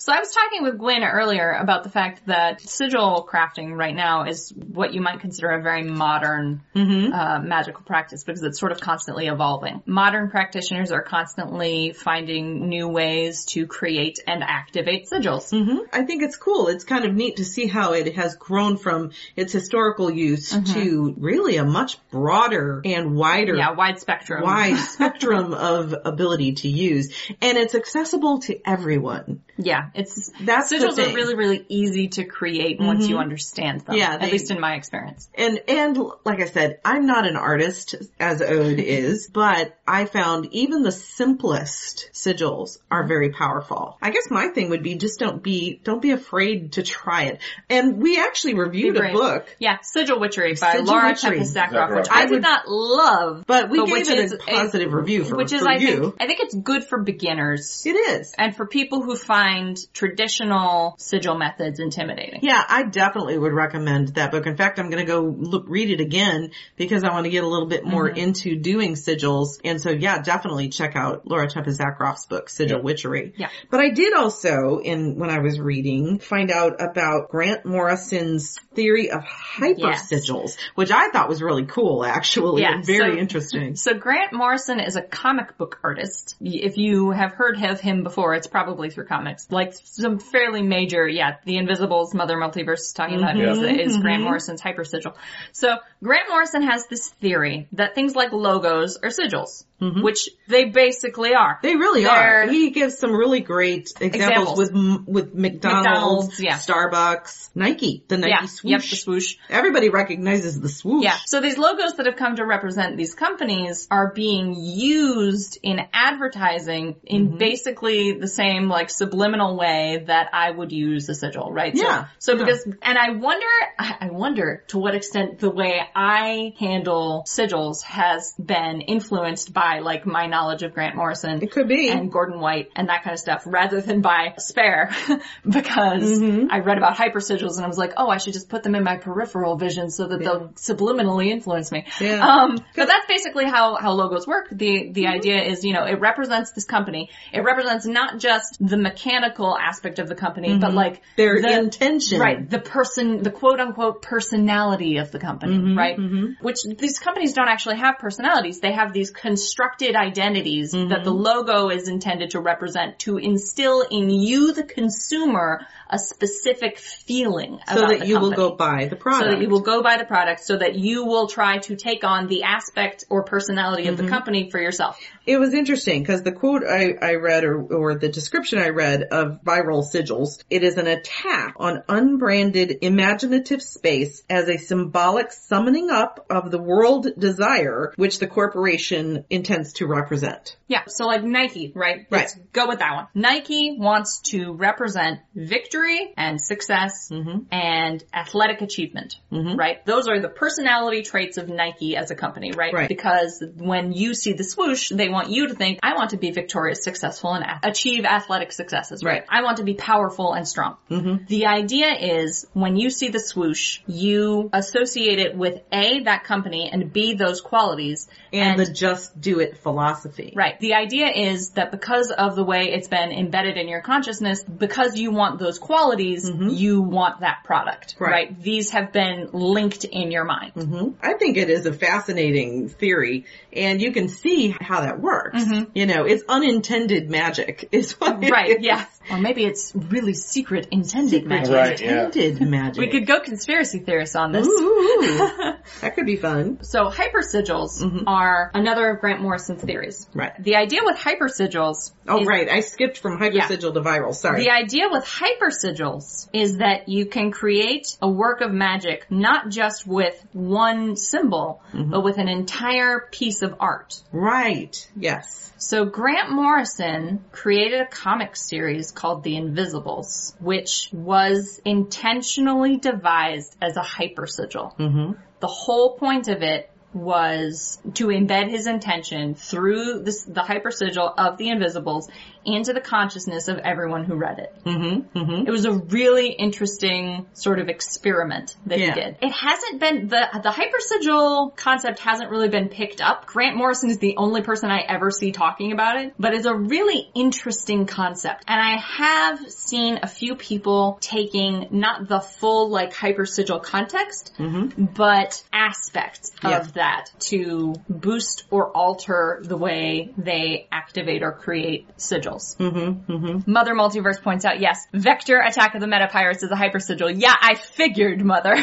So I was talking with Gwen earlier about the fact that sigil crafting right now is what you might consider a very modern uh, magical practice because it's sort of constantly evolving. Modern practitioners are constantly finding new ways to create and activate sigils. I think it's cool. It's kind of neat to see how it has grown from its historical use to really a much broader and wider Mm-hmm. Yeah, wide spectrum. wide spectrum of ability to use and it's accessible to everyone. Yeah, it's That's the sigils thing. are really really easy to create once you understand them. Yeah, they- at least in my experience. And, and like I said, I'm not an artist as Ode is, but I found even the simplest sigils are very powerful. I guess my thing would be just don't be, don't be afraid to try it. And we actually reviewed a Right. book. Yeah, Sigil Witchery by Sigil Laura Witchery. Chepasakroff, Zakharoff. which I did not love, But we which gave it is a positive review for, which is for I you. think I think it's good for beginners it is. and for people who find find traditional sigil methods intimidating. Yeah, I definitely would recommend that book. In fact, I'm going to go look, read it again because I want to get a little bit more Mm-hmm. into doing sigils. And so yeah, definitely check out Laura Tepezakrof's book, Sigil Witchery. Yeah. But I did also, in, when I was reading, find out about Grant Morrison's theory of hyper sigils, which I thought was really cool actually Yeah, and very so- interesting. So Grant Morrison is a comic book artist. Y- If you have heard of him before, it's probably through comics. Like some fairly major, yeah, The Invisibles, Mother Multiverse is talking about is, is Mm-hmm. Grant Morrison's hyper sigil. So Grant Morrison has this theory that things like logos are sigils, which they basically are. Mm-hmm. They really They're- are. He gives some really great examples, Examples. with m- with McDonald's, McDonald's, yeah. Starbucks, Nike, the Nike yeah, swoosh. yep, the swoosh. Everybody recognizes the swoosh. Yeah. So these logos that have come to represent these companies are being used in advertising in Mm-hmm. basically the same like subliminal way that I would use a sigil, right? So- Yeah. So, because, and I wonder, I I wonder to what extent the way I handle sigils has been influenced by like my knowledge of Grant Morrison It could be. and Gordon White and that kind of stuff rather than by spare because Mm-hmm. I read about hypersigils and I was like, oh, I should just put them in my peripheral vision so that they'll subliminally influence me. Yeah. Mm-hmm. Um, but that's basically how, how logos work. The, the idea is, you know, it represents this company. It represents not just the mechanical aspect of the company, but like Mm-hmm. Their the- intention. Right. The person, the quote unquote personality of the company, Mm-hmm, right? Which these companies don't actually have personalities. They have these constructed identities that the Mm-hmm. logo is intended to represent to instill in you, the consumer, a specific feeling So about that the you will company. go buy the product. So that you will go buy the product so that you will try to take on the aspect or personality of Mm-hmm. the company for yourself. It was interesting because the quote I, I read or, or the description I read of viral sigils, it is an attack on unbranded imaginative space as a symbolic summoning up of the world desire which the corporation intends to represent. Yeah. So like Nike, right? Let's Right. go with that one. Nike wants to represent victory and success Mm-hmm. and athletic achievement, right? Those are the personality traits of Nike as a company, right? Right. Because when you see the swoosh, they want you to think, I want to be victorious, successful, and a- achieve athletic successes, right? Right. Mm-hmm. I want to be powerful and strong. The idea is when you see the swoosh, you associate it with A, that company, and B, those qualities. And, the just do it philosophy. Right. The idea is that because of the way it's been embedded in your consciousness, because you want those qualities, you want that product. Mm-hmm. Right. Mm-hmm. Right. These have been linked in your mind. I think it is a fascinating theory and you can see how that works. You know, it's unintended magic is what it Mm-hmm. Right. is. Yeah. Or maybe it's really secret intended magic. Right, yeah. Intended magic. We could go conspiracy theorists on this. Ooh, that could be fun. So hypersigils are another of Grant Morrison's theories. Mm-hmm. Right. The idea with hypersigils Oh, is right. I skipped from hypersigil to viral. Sorry. The idea with hypersigils is that you can create a work of magic not just with one symbol, but with an entire piece of art. right. Yes. So Grant Morrison created a comic series called The Invisibles, which was intentionally devised as a hypersigil. Mm-hmm. The whole point of it was to embed his intention through this, the hypersigil of the invisibles into the consciousness of everyone who read it. Mm-hmm. Mm-hmm. It was a really interesting sort of experiment that Yeah. he did. It hasn't been the the hypersigil concept hasn't really been picked up. Grant Morrison is the only person I ever see talking about it, but it's a really interesting concept. And I have seen a few people taking not the full like hypersigil context, but aspects Yeah. of that to boost or alter the way they activate or create sigils. Mm-hmm, Mother Multiverse points out, yes, Vector Attack of the Meta Pirates is a hyper sigil. Yeah, I figured, Mother.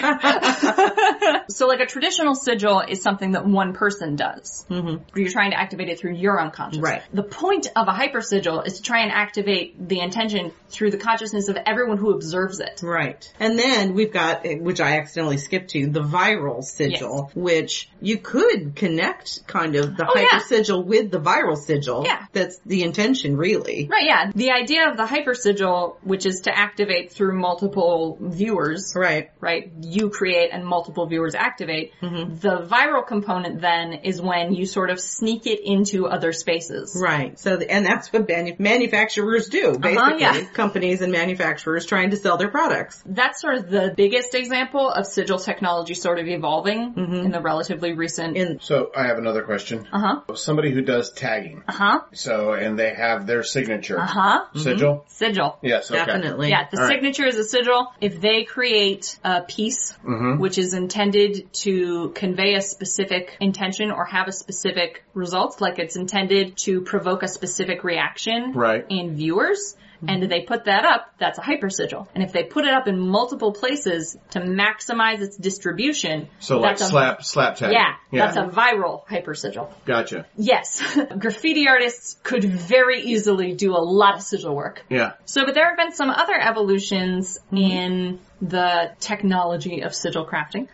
so like a traditional sigil is something that one person does. Mm-hmm. You're trying to activate it through your unconscious. Right. The point of a hyper sigil is to try and activate the intention through the consciousness of everyone who observes it. eh, Right. And then we've got, which I accidentally skipped to, the viral sigil, which you could connect kind of the Oh, yeah. hyper sigil with the viral sigil. Yeah. That's the intention really. Right, yeah. The idea of the hypersigil, which is to activate through multiple viewers, Right. right? You create and multiple viewers activate. Mm-hmm. The viral component then is when you sort of sneak it into other spaces. Right. So, the, and that's what manu- manufacturers do, basically. yeah. Companies and manufacturers trying to sell their products. That's sort of the biggest example of sigil technology sort of evolving in the relatively recent. Mm-hmm. In So I have another question. uh huh. Somebody who does tagging. Uh huh. So, and they have their signature. Uh huh. Sigil? Sigil. Yes, okay. definitely. Yeah, the All right. signature is a sigil. If they create a piece Mm-hmm. which is intended to convey a specific intention or have a specific result, like it's intended to provoke a specific reaction Right. Mm-hmm. in viewers, and they put that up, that's a hyper sigil. And if they put it up in multiple places to maximize its distribution, So like that's a- slap, slap tagging. Yeah, that's a viral hyper sigil. Gotcha. Yes, graffiti artists could very easily do a lot of sigil work. Yeah. So, but there have been some other evolutions in the technology of sigil crafting.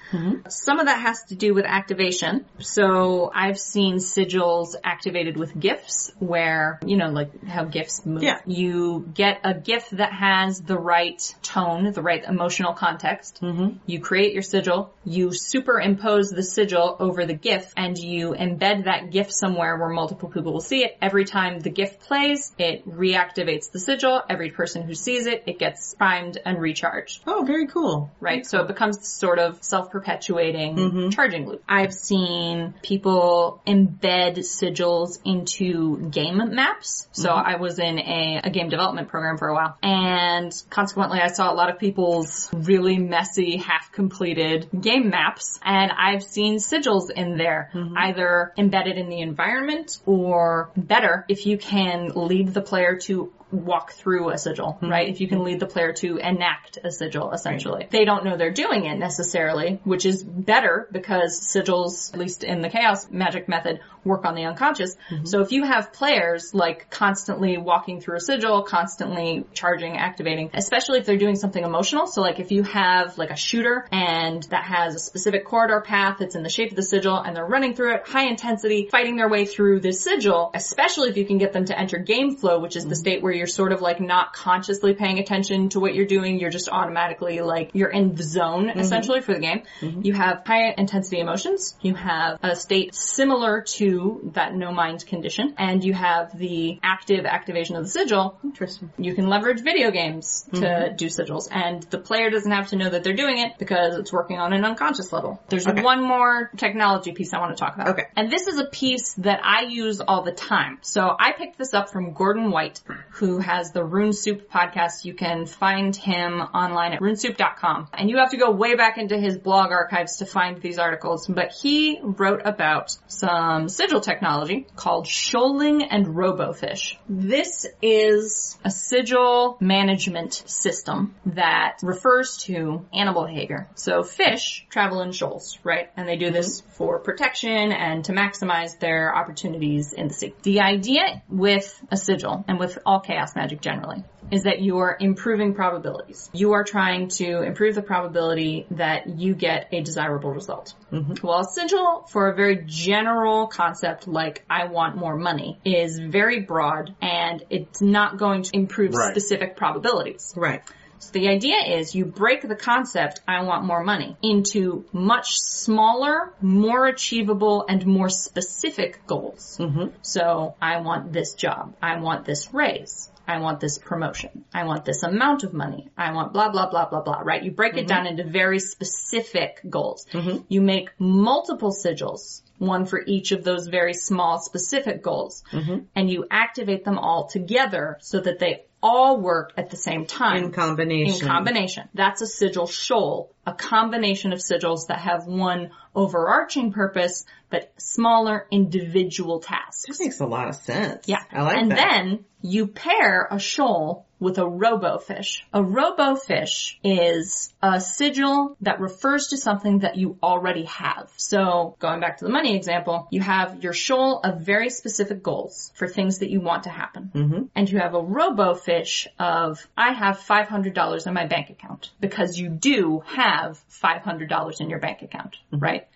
Some of that has to do with activation. So I've seen sigils activated with gifts where, you know, like how gifts move. Yeah. You get a gift that has the right tone, the right emotional context. Mm-hmm. You create your sigil, you superimpose the sigil over the gif, and you embed that gif somewhere where multiple people will see it. Every time the gif plays, it reactivates the sigil. Every person who sees it, it gets primed and recharged Oh, very cool. right? So it becomes sort of self-perpetuating charging loop. Mm-hmm. I've seen people embed sigils into game maps. So I was in a, a game development program for a while and consequently I saw a lot of people's really messy, half-completed game maps and I've seen sigils in there, either embedded in the environment or better if you can lead the player to walk through a sigil, right? If you can lead the player to enact a sigil, essentially. They don't know they're doing it necessarily, which is better because sigils, at least in the chaos magic method, work on the unconscious. So if you have players like constantly walking through a sigil, constantly charging, activating, especially if they're doing something emotional. So like if you have like a shooter and that has a specific corridor path that's in the shape of the sigil and they're running through it, high intensity, fighting their way through this sigil, especially if you can get them to enter game flow, which is the state where you're sort of like not consciously paying attention to what you're doing. You're just automatically like, you're in the zone essentially for the game. You have high intensity emotions. You have a state similar to that no mind condition and you have the active activation of the sigil, Interesting. you can leverage video games to Mm-hmm. do sigils and the player doesn't have to know that they're doing it because it's working on an unconscious level. There's Okay. one more technology piece I want to talk about. Okay. And this is a piece that I use all the time. So I picked this up from Gordon White who has the Rune Soup podcast. You can find him online at runesoup.com and you have to go way back into his blog archives to find these articles, but he wrote about some sigil technology called shoaling and robofish. This is a sigil management system that refers to animal behavior. So fish travel in shoals, right? And they do this for protection and to maximize their opportunities in the sea. The idea with a sigil and with all chaos magic generally is that you are improving probabilities. You are trying to improve the probability that you get a desirable result. Well, a sigil for a very general concept like I want more money is very broad and it's not going to improve Right. specific probabilities. Right. So the idea is you break the concept, I want more money, into much smaller, more achievable, and more specific goals. Mm-hmm. So I want this job. I want this raise. I want this promotion. I want this amount of money. I want blah, blah, blah, blah, blah, right? You break Mm-hmm. it down into very specific goals. You make multiple sigils, one for each of those very small specific goals, Mm-hmm. and you activate them all together so that they all work at the same time. In combination. In combination. That's a sigil shoal, a combination of sigils that have one overarching purpose, but smaller individual tasks. That makes a lot of sense. Yeah. I like and that. then you pair a shoal with a robofish. A robofish is a sigil that refers to something that you already have. So going back to the money example, you have your shoal of very specific goals for things that you want to happen. Mhm. And you have a robofish of, I have $500 in my bank account because you do have $500 in your bank account, right?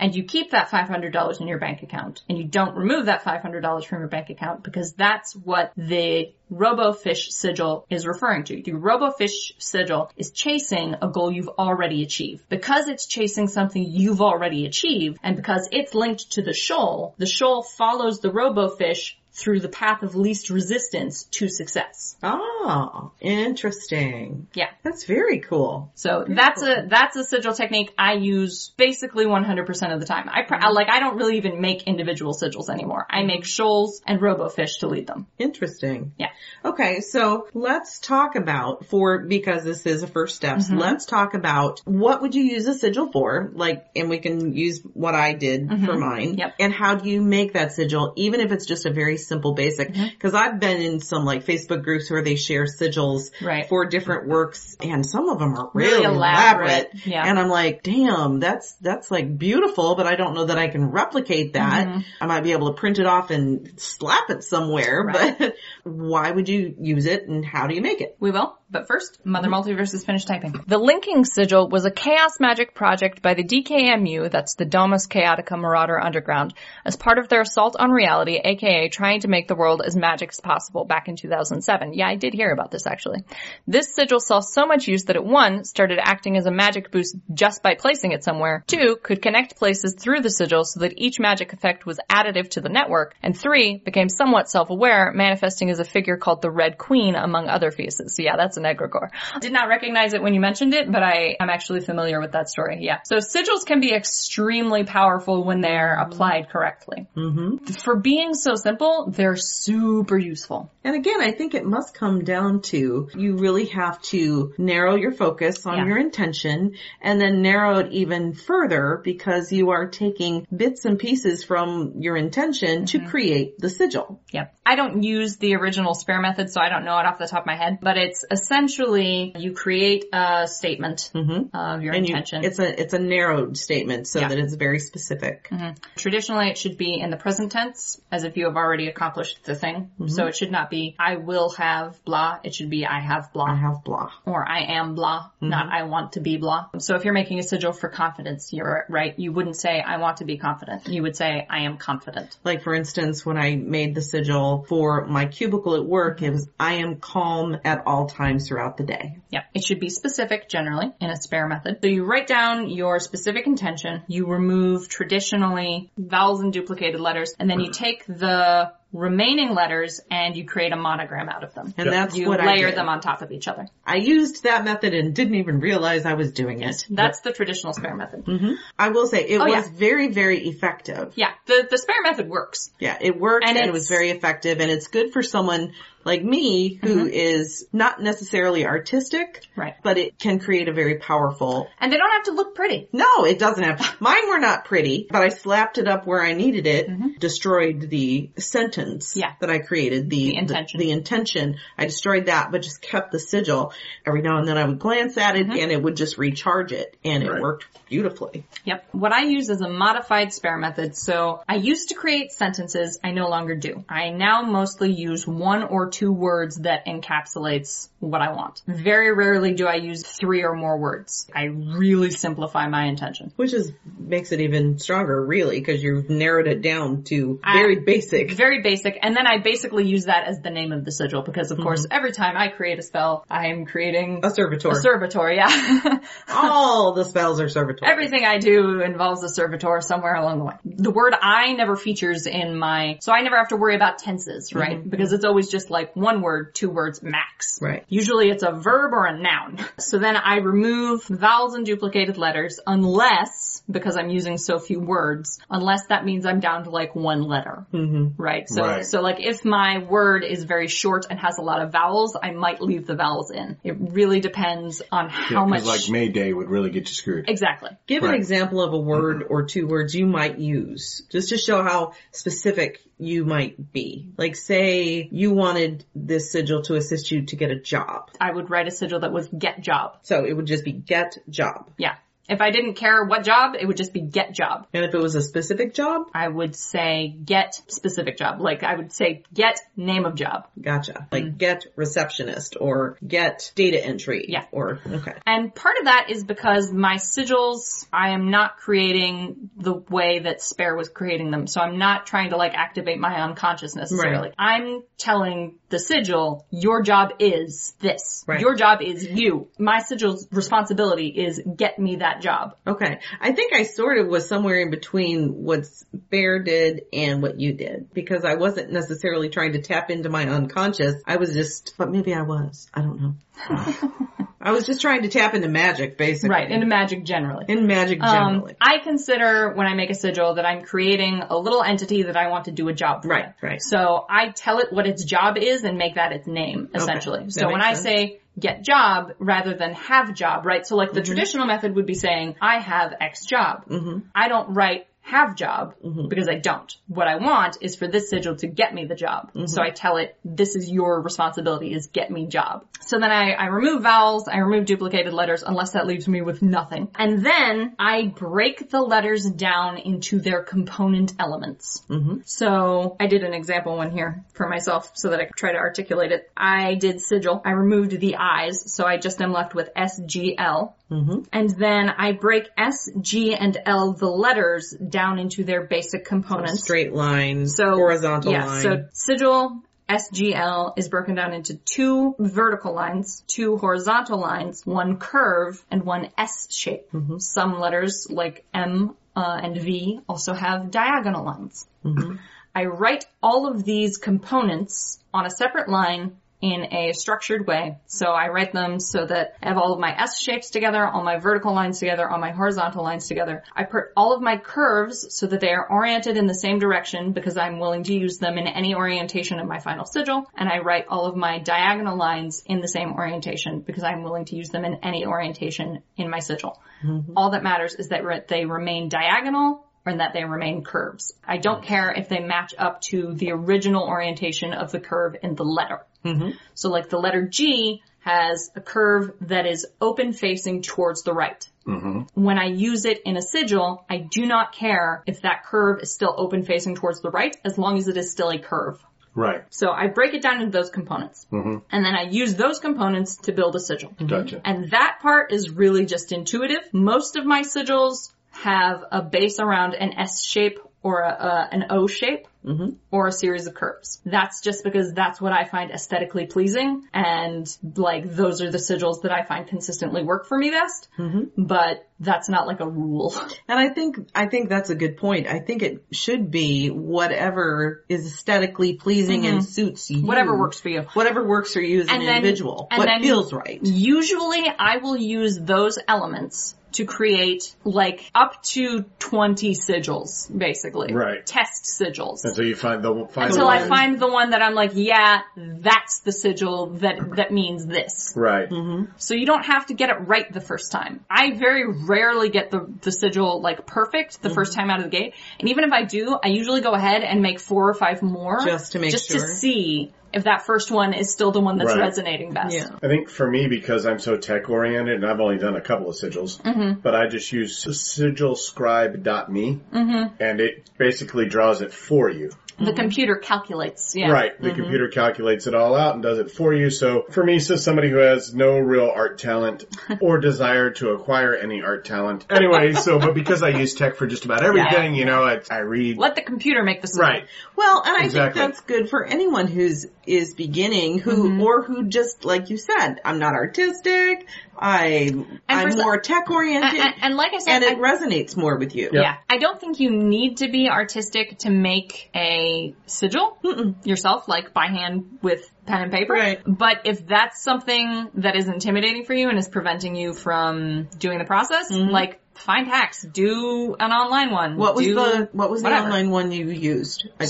And you keep that $500 in your bank account and you don't remove that $500 from your bank account because that's what the robofish sigil is referring to. The robofish sigil is chasing a goal you've already achieved. Because it's chasing something you've already achieved and because it's linked to the shoal, the shoal follows the robofish through the path of least resistance to success. Oh, interesting. Yeah. That's very cool. So that's a that's a sigil technique I use basically 100% of the time. I pr- Mm-hmm. like I don't really even make individual sigils anymore. I make shoals and robofish to lead them. Interesting. Yeah. Okay, so let's talk about for because this is a first steps. Mm-hmm. Let's talk about what would you use a sigil for? Like, and we can use what I did for mine. Mm-hmm. Yep. And how do you make that sigil, even if it's just a very simple basic? Mm-hmm. Because I've been in some like Facebook groups where they share sigils Right. for different works, and some of them are Really really, elaborate. elaborate. Yeah. And I'm like, damn, that's that's like beautiful, but I don't know that I can replicate that. Mm-hmm. I might be able to print it off and slap it somewhere, Right. but why would you use it and how do you make it? We will, but first, Mother Multiverse is finished typing. Mm-hmm. The Linking Sigil was a chaos magic project by the DKMU, that's the Domus Chaotica Marauder Underground, as part of their assault on reality, aka trying to make the world as magic as possible back in 2007. Yeah, I did hear about this actually. This sigil saw so much use that it one, started acting as a magic boost just by placing it somewhere, two, could connect places through the sigil so that each magic effect was additive to the network, and three, became somewhat self-aware, manifesting as a figure called the Red Queen among other feces. So yeah, that's an egregore. Did not recognize it when you mentioned it, but I am actually familiar with that story. Yeah. So sigils can be extremely powerful when they're applied correctly. Mm-hmm. For being so simple, they're super useful. And again, I think it must come down to you really have to narrow your focus on Yeah. your intention and then narrow it even further because you are taking bits and pieces from your intention Mm-hmm. to create the sigil. Yep. I don't use the original spare method, so I don't know it off the top of my head, but it's essentially you create a statement of your Mm-hmm. And you, intention. it's a it's a narrowed statement so Yeah. that it's very specific. Traditionally, it should be in the present tense, as if you have already accomplished the thing. Mm-hmm. So it should not be, I will have blah. It should be, I have blah. I have blah. or I am blah, Mm-hmm. not I want to be blah. So if you're making a sigil for confidence, you're right. You wouldn't say I want to be confident. You would say I am confident. Like for instance, when I made the sigil for my cubicle at work, it was I am calm at all times throughout the day. Yeah. It should be specific generally in a spare method. So you write down your specific intention. You remove traditionally vowels and duplicated letters and then you take the remaining letters and you create a monogram out of them. And that's you what layer I did. them on top of each other. I used that method and didn't even realize I was doing it. That's the traditional spare method. I will say it Oh, was yeah. very, very effective. Yeah, the, the spare method works. Yeah, it worked And and, it it's- was very effective and it's good for someone like me who is not necessarily artistic, Mm-hmm. Right. but it can create a very powerful And they don't have to look pretty. No, it doesn't have. Mine were not pretty, but I slapped it up where I needed it, destroyed the sentence Mm-hmm. Yeah. that I created, the, The intention. The, intention. I destroyed that, but just kept the sigil. Every now and then I would glance at Mm-hmm. it and it would just recharge it and it Right. worked beautifully. Yep. What I use is a modified spare method. So I used to create sentences. I no longer do. I now mostly use one or two words that encapsulates what I want. Very rarely do I use three or more words. I really simplify my intention. Which is, makes it even stronger really, cause you've narrowed it down to very basic. Very basic. And then I basically use that as the name of the sigil because of course every time I create a spell, I am creating Mm-hmm. A servitor. a servitor. Yeah. All the spells are servitor. Everything I do involves a servitor somewhere along the way. The word I never features in my, so I never have to worry about tenses, right? Because it's always just like one word, two words max. Right. Usually it's a verb or a noun. So then I remove vowels and duplicated letters unless, because I'm using so few words, unless that means I'm down to like one letter. Mm-hmm. Right? So, Right. so like if my word is very short and has a lot of vowels, I might leave the vowels in. It really depends on how Yeah, much. 'cause, like Mayday would really get you screwed. exactly. Give an Right. example of a word or two words you might use, just to show how specific you might be. Like say you wanted wanted this sigil to assist you to get a job. I would write a sigil that was get job. So it would just be get job. Yeah. If I didn't care what job, it would just be get job. And if it was a specific job, I would say get specific job. Like I would say get name of job. gotcha. Like get receptionist or get data entry. Yeah. Or, okay. And part of that is because my sigils, I am not creating the way that Spare was creating them. So I'm not trying to like activate my unconscious necessarily. Right. I'm telling the sigil, your job is this. Right. Your job is you. My sigil's responsibility is get me that job. Okay. I think I sort of was somewhere in between what Bear did and what you did because I wasn't necessarily trying to tap into my unconscious. I was just, but maybe I was. I don't know. I was just trying to tap into magic basically. Right. And magic generally. in magic Um, generally. I consider when I make a sigil that I'm creating a little entity that I want to do a job for. Right, right. So I tell it what its job is and make that its name, essentially. That So when makes I sense. say get job rather than have job, right? So like Mm-hmm. the traditional method would be saying, I have X job. I don't write have job Mm-hmm. because I don't. What I want is for this sigil to get me the job. Mm-hmm. So I tell it, this is your responsibility is get me job. So then I, I remove vowels, I remove duplicated letters unless that leaves me with nothing. And then I break the letters down into their component elements. So I did an example one here for myself so that I could try to articulate it. I did sigil. I removed the I's, so I just am left with S, G, L. Mm-hmm. And then I break S, G, and L, the letters, down into their basic components. straight line, So horizontal yeah, line. So sigil SGL is broken down into two vertical lines, two horizontal lines, one curve, and one S shape. Mm-hmm. Some letters like M uh, and V also have diagonal lines. I write all of these components on a separate line in a structured way. So I write them so that I have all of my S shapes together, all my vertical lines together, all my horizontal lines together. I put all of my curves so that they are oriented in the same direction because I'm willing to use them in any orientation of my final sigil. And I write all of my diagonal lines in the same orientation because I'm willing to use them in any orientation in my sigil. All that matters is that re- they remain diagonal and that they remain curves. I don't care if they match up to the original orientation of the curve in the letter. So like the letter G has a curve that is open facing towards the right. When I use it in a sigil, I do not care if that curve is still open facing towards the right as long as it is still a curve. Right. So I break it down into those components and then I use those components to build a sigil. Gotcha. And that part is really just intuitive. Most of my sigils have a base around an S shape or a, a, an O shape or a series of curves. That's just because that's what I find aesthetically pleasing and like those are the sigils that I find consistently work for me best. But that's not like a rule. and I think, I think that's a good point. I think it should be whatever is aesthetically pleasing and suits you. Mm-hmm. Whatever works for you. Whatever works for you as an then- individual. and what then- feels right. Usually I will use those elements to create like up to 20 sigils basically. Right. Test sigils. And so you find the find until the I one- find the one that I'm like, yeah, that's the sigil that that means this. Right. So you don't have to get it right the first time. I very rarely get the the sigil like perfect the Mm-hmm. first time out of the gate, and even if I do, I usually go ahead and make four or five more Just to make just sure. to see if that first one is still the one that's Right. resonating best. Yeah. I think for me, because I'm so tech oriented and I've only done a couple of sigils, but I just use sigilscribe.me and it basically draws it for you. The Mm-hmm. computer calculates. Yeah. Right. The computer calculates it all out and does it for you. So for me, so somebody who has no real art talent or desire to acquire any art talent. Anyway, so, but because I use tech for just about everything, you know, it's, I read. Let the computer make the sigil. right. Well, and I Exactly. think that's good for anyone who's is beginning, who Mm-hmm. or who just like you said, I'm not artistic. I for I'm some- more tech And, oriented, and, and like I said, it I- resonates more with you. Yeah. I don't think you need to be artistic to make a sigil yourself, like by hand with pen and paper. Right. But if that's something that is intimidating for you and is preventing you from doing the process, like find hacks, do an online one. Mm-hmm. What was do- the what was whatever. the online one you used? Again?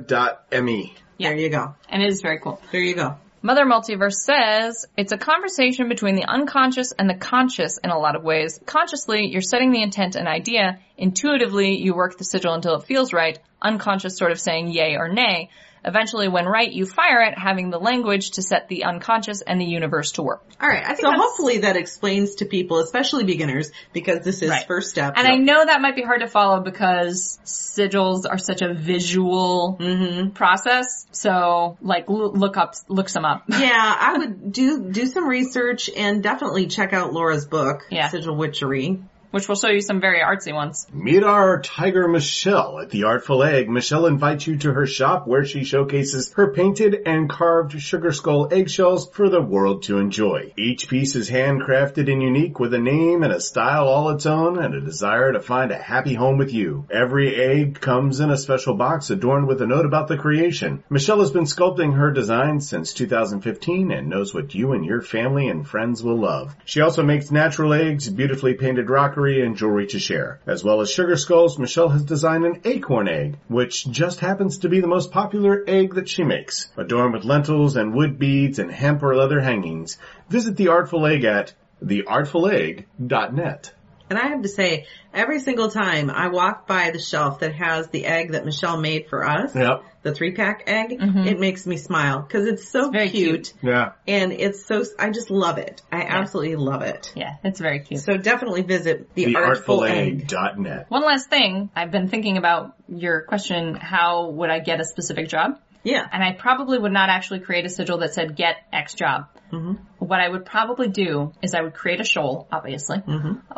Sigilscribe.me. There you go. And it is very cool. There you go. Mother Multiverse says, it's a conversation between the unconscious and the conscious in a lot of ways. Consciously, you're setting the intent and idea. Intuitively, you work the sigil until it feels right, unconscious sort of saying yay or nay. Eventually, when right, you fire it, having the language to set the unconscious and the universe to work. All right. I think so. that's- Hopefully that explains to people, especially beginners, because this is Right. first step. And I know that might be hard to follow because sigils are such a visual process. So, like, l- look up, look some up. yeah, I would do do some research and definitely check out Laura's book, Yeah. Sigil Witchery. which will show you some very artsy ones. Meet our tiger Michelle at the Artful Egg. Michelle invites you to her shop where she showcases her painted and carved sugar skull eggshells for the world to enjoy. Each piece is handcrafted and unique with a name and a style all its own and a desire to find a happy home with you. Every egg comes in a special box adorned with a note about the creation. Michelle has been sculpting her designs since 2015 and knows what you and your family and friends will love. She also makes natural eggs, beautifully painted rockery, and jewelry to share. As well as sugar skulls, Michelle has designed an acorn egg, which just happens to be the most popular egg that she makes. Adorned with lentils and wood beads and hemp or leather hangings, visit The Artful Egg at theartfulegg.net. And I have to say, every single time I walk by the shelf that has the egg that Michelle made for us, Yep. the three pack egg, it makes me smile because it's so Mm-hmm. very cute, Yeah. and it's so, I just love it. I absolutely love it. Yeah, it's very cute. So definitely visit the, Artful Egg. Theartfulegg.net. One last thing, I've been thinking about your question, how would I get a specific job? Yeah. And I probably would not actually create a sigil that said get X job. What I would probably do is I would create a shoal, obviously,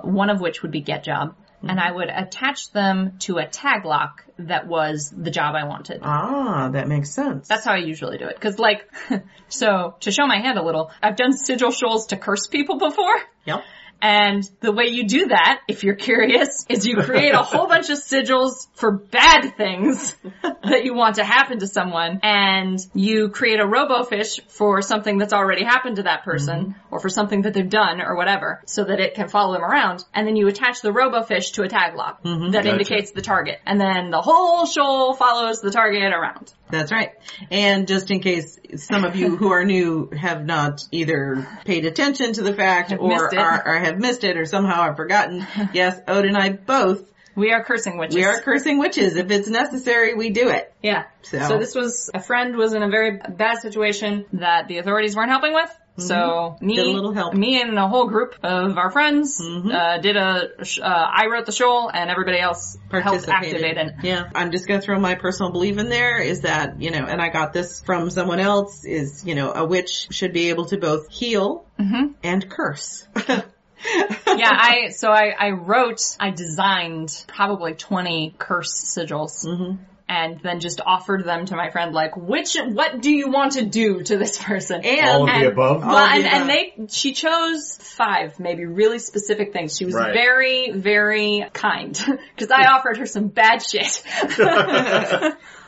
one of which would be get job. And I would attach them to a tag lock that was the job I wanted. Ah, that makes sense. That's how I usually do it. Cause like, so to show my hand a little, I've done sigil shoals to curse people before. yep. And the way you do that, if you're curious, is you create a whole bunch of sigils for bad things that you want to happen to someone and you create a robofish for something that's already happened to that person Mm-hmm. or for something that they've done or whatever so that it can follow them around and then you attach the robofish to a tag lock Mm-hmm. that Gotcha. indicates the target and then the whole shoal follows the target around. That's right. And just in case some of you who are new have not either paid attention to the fact missed or, it. are, or have missed it or somehow have forgotten, yes, Ode and I both, We are cursing witches. we are cursing witches. If it's necessary, we do it. Yeah. So- So. this was a friend was in a very bad situation that the authorities weren't helping with. So me, Mm-hmm. Did a little help. Mm-hmm. me and a whole group of our friends uh, did a. sh- Uh, I wrote the shoal, and everybody else helped activate it. Yeah. I'm just going to throw my personal belief in there is that, you know, and I got this from someone else is, you know, a witch should be able to both heal Mm-hmm. and curse. yeah, I so I, I wrote, I designed probably twenty curse sigils. Mm-hmm. And then just offered them to my friend, like, which, what do you want to do to this person? And- All of the above? All Well, of and, the and they, she chose five, maybe really specific things. She was Right. very, very kind. Cause I offered her some bad shit.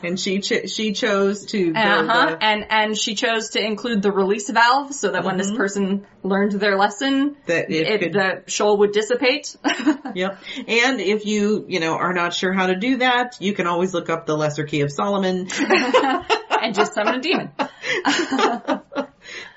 and she, ch- she chose to go Uh-huh. the- And, and she chose to include the release valve so that when this person learned their lesson, Mm-hmm. That it could- the shoal would dissipate. Yep. And if you, you know, are not sure how to do that, you can always look up the Lesser Key of Solomon. and just summon a demon.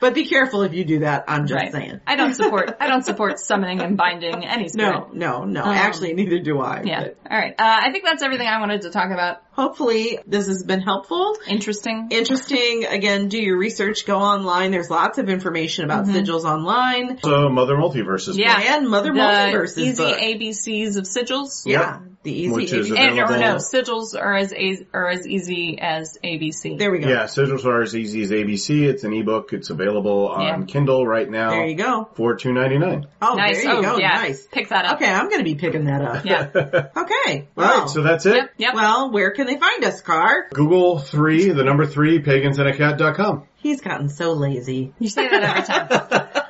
but be careful if you do that. I'm just Right. saying. I don't support, I don't support summoning and binding any spirit. No, no, no. Actually, neither do I. Um, Yeah. but All right. Uh, I think that's everything I wanted to talk about. hopefully this has been helpful. Interesting. Interesting. Again, do your research. Go online. There's lots of information about sigils online. So Mother Multiverse is Mm-hmm. Yeah. And Mother the Multiverse's easy book. ABCs of sigils. yeah. The easy. Which is And or available. no, sigils are as a- are as easy as ABC. there we go. Yeah, Sigils are as easy as ABC. It's an ebook. It's available on Yeah. Kindle right now There you go. for two ninety nine. Oh, nice. there you oh, go. yeah. Nice. Pick that up. Okay, I'm going to be picking that up. Yeah. Okay. All Wow. right, so that's it. yep. Yep. Well, where can they find us, Car? Google three, the number three, pagansandacat.com. He's gotten so lazy. You say that every time.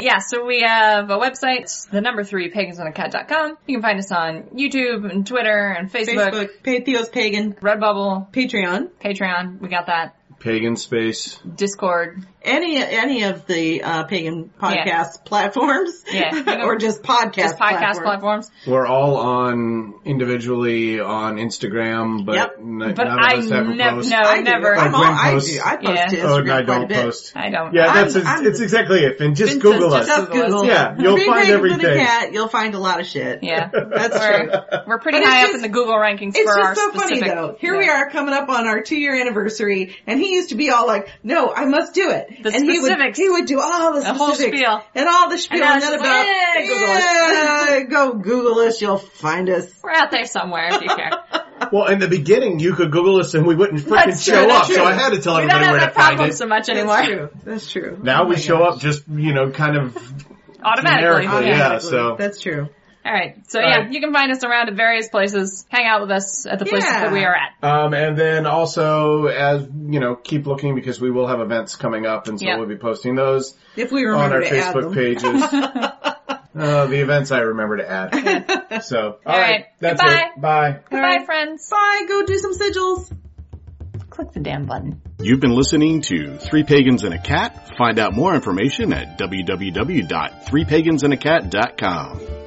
Yeah, so we have a website, it's the number three, pagansonacat.com. You can find us on YouTube and Twitter and Facebook, Facebook, Patheos Pagan, Redbubble, Patreon, Patreon. We got that. Pagan Space. Discord. any any of the uh, pagan podcast Yeah. platforms, Yeah. You know, or just podcast Just podcast platforms. We're all on individually on Instagram, but, Yep. n- But none of us Oh, I ever nev- post. no. I never. Do. I'm Like all, when I posts- do. I post Yeah. to Oh, and Instagram I quite a don't bit. post. I don't. Yeah, I'm- that's it's, I'm- it's exactly it, Finn. Just Finn says Google us. just- Just Google. Yeah, you'll Big find brains and a everything. cat, you'll find a lot of shit. Yeah. That's true. We're, we're pretty But it's high up just- in the Google rankings It's for our just so funny specific. though. Here we yeah. are coming up on our two year anniversary and he used to be all like, no, I must do it. The and he would, specifics. he would do all the The whole specifics. spiel. And all the spiel now and, it's then just, about, "Yeah, Google us." yeah, go Google us, you'll find us. We're out there somewhere if you care. Well, in the beginning, you could Google us and we wouldn't freaking That's true, show that's up, so true. I had to tell we don't everybody have where that to find problem it. so much That's anymore. true. That's true. Now Oh we my show gosh. up just, you know, kind of, Automatically. Generically, yeah. yeah. Automatically. so- That's true. All right. So All yeah, right. you can find us around at various places. Hang out with us at the places Yeah. that we are at. um, and then also as, you know, keep looking because we will have events coming up and so Yeah. we'll be posting those If we on remember our to add Facebook them. pages. uh, the events I remember to add. So, All right. alright, that's Goodbye. it. Bye. Goodbye, right. friends. Bye, go do some sigils. Click the damn button. You've been listening to Three Pagans and a Cat. Find out more information at www.threepagansandacat.com.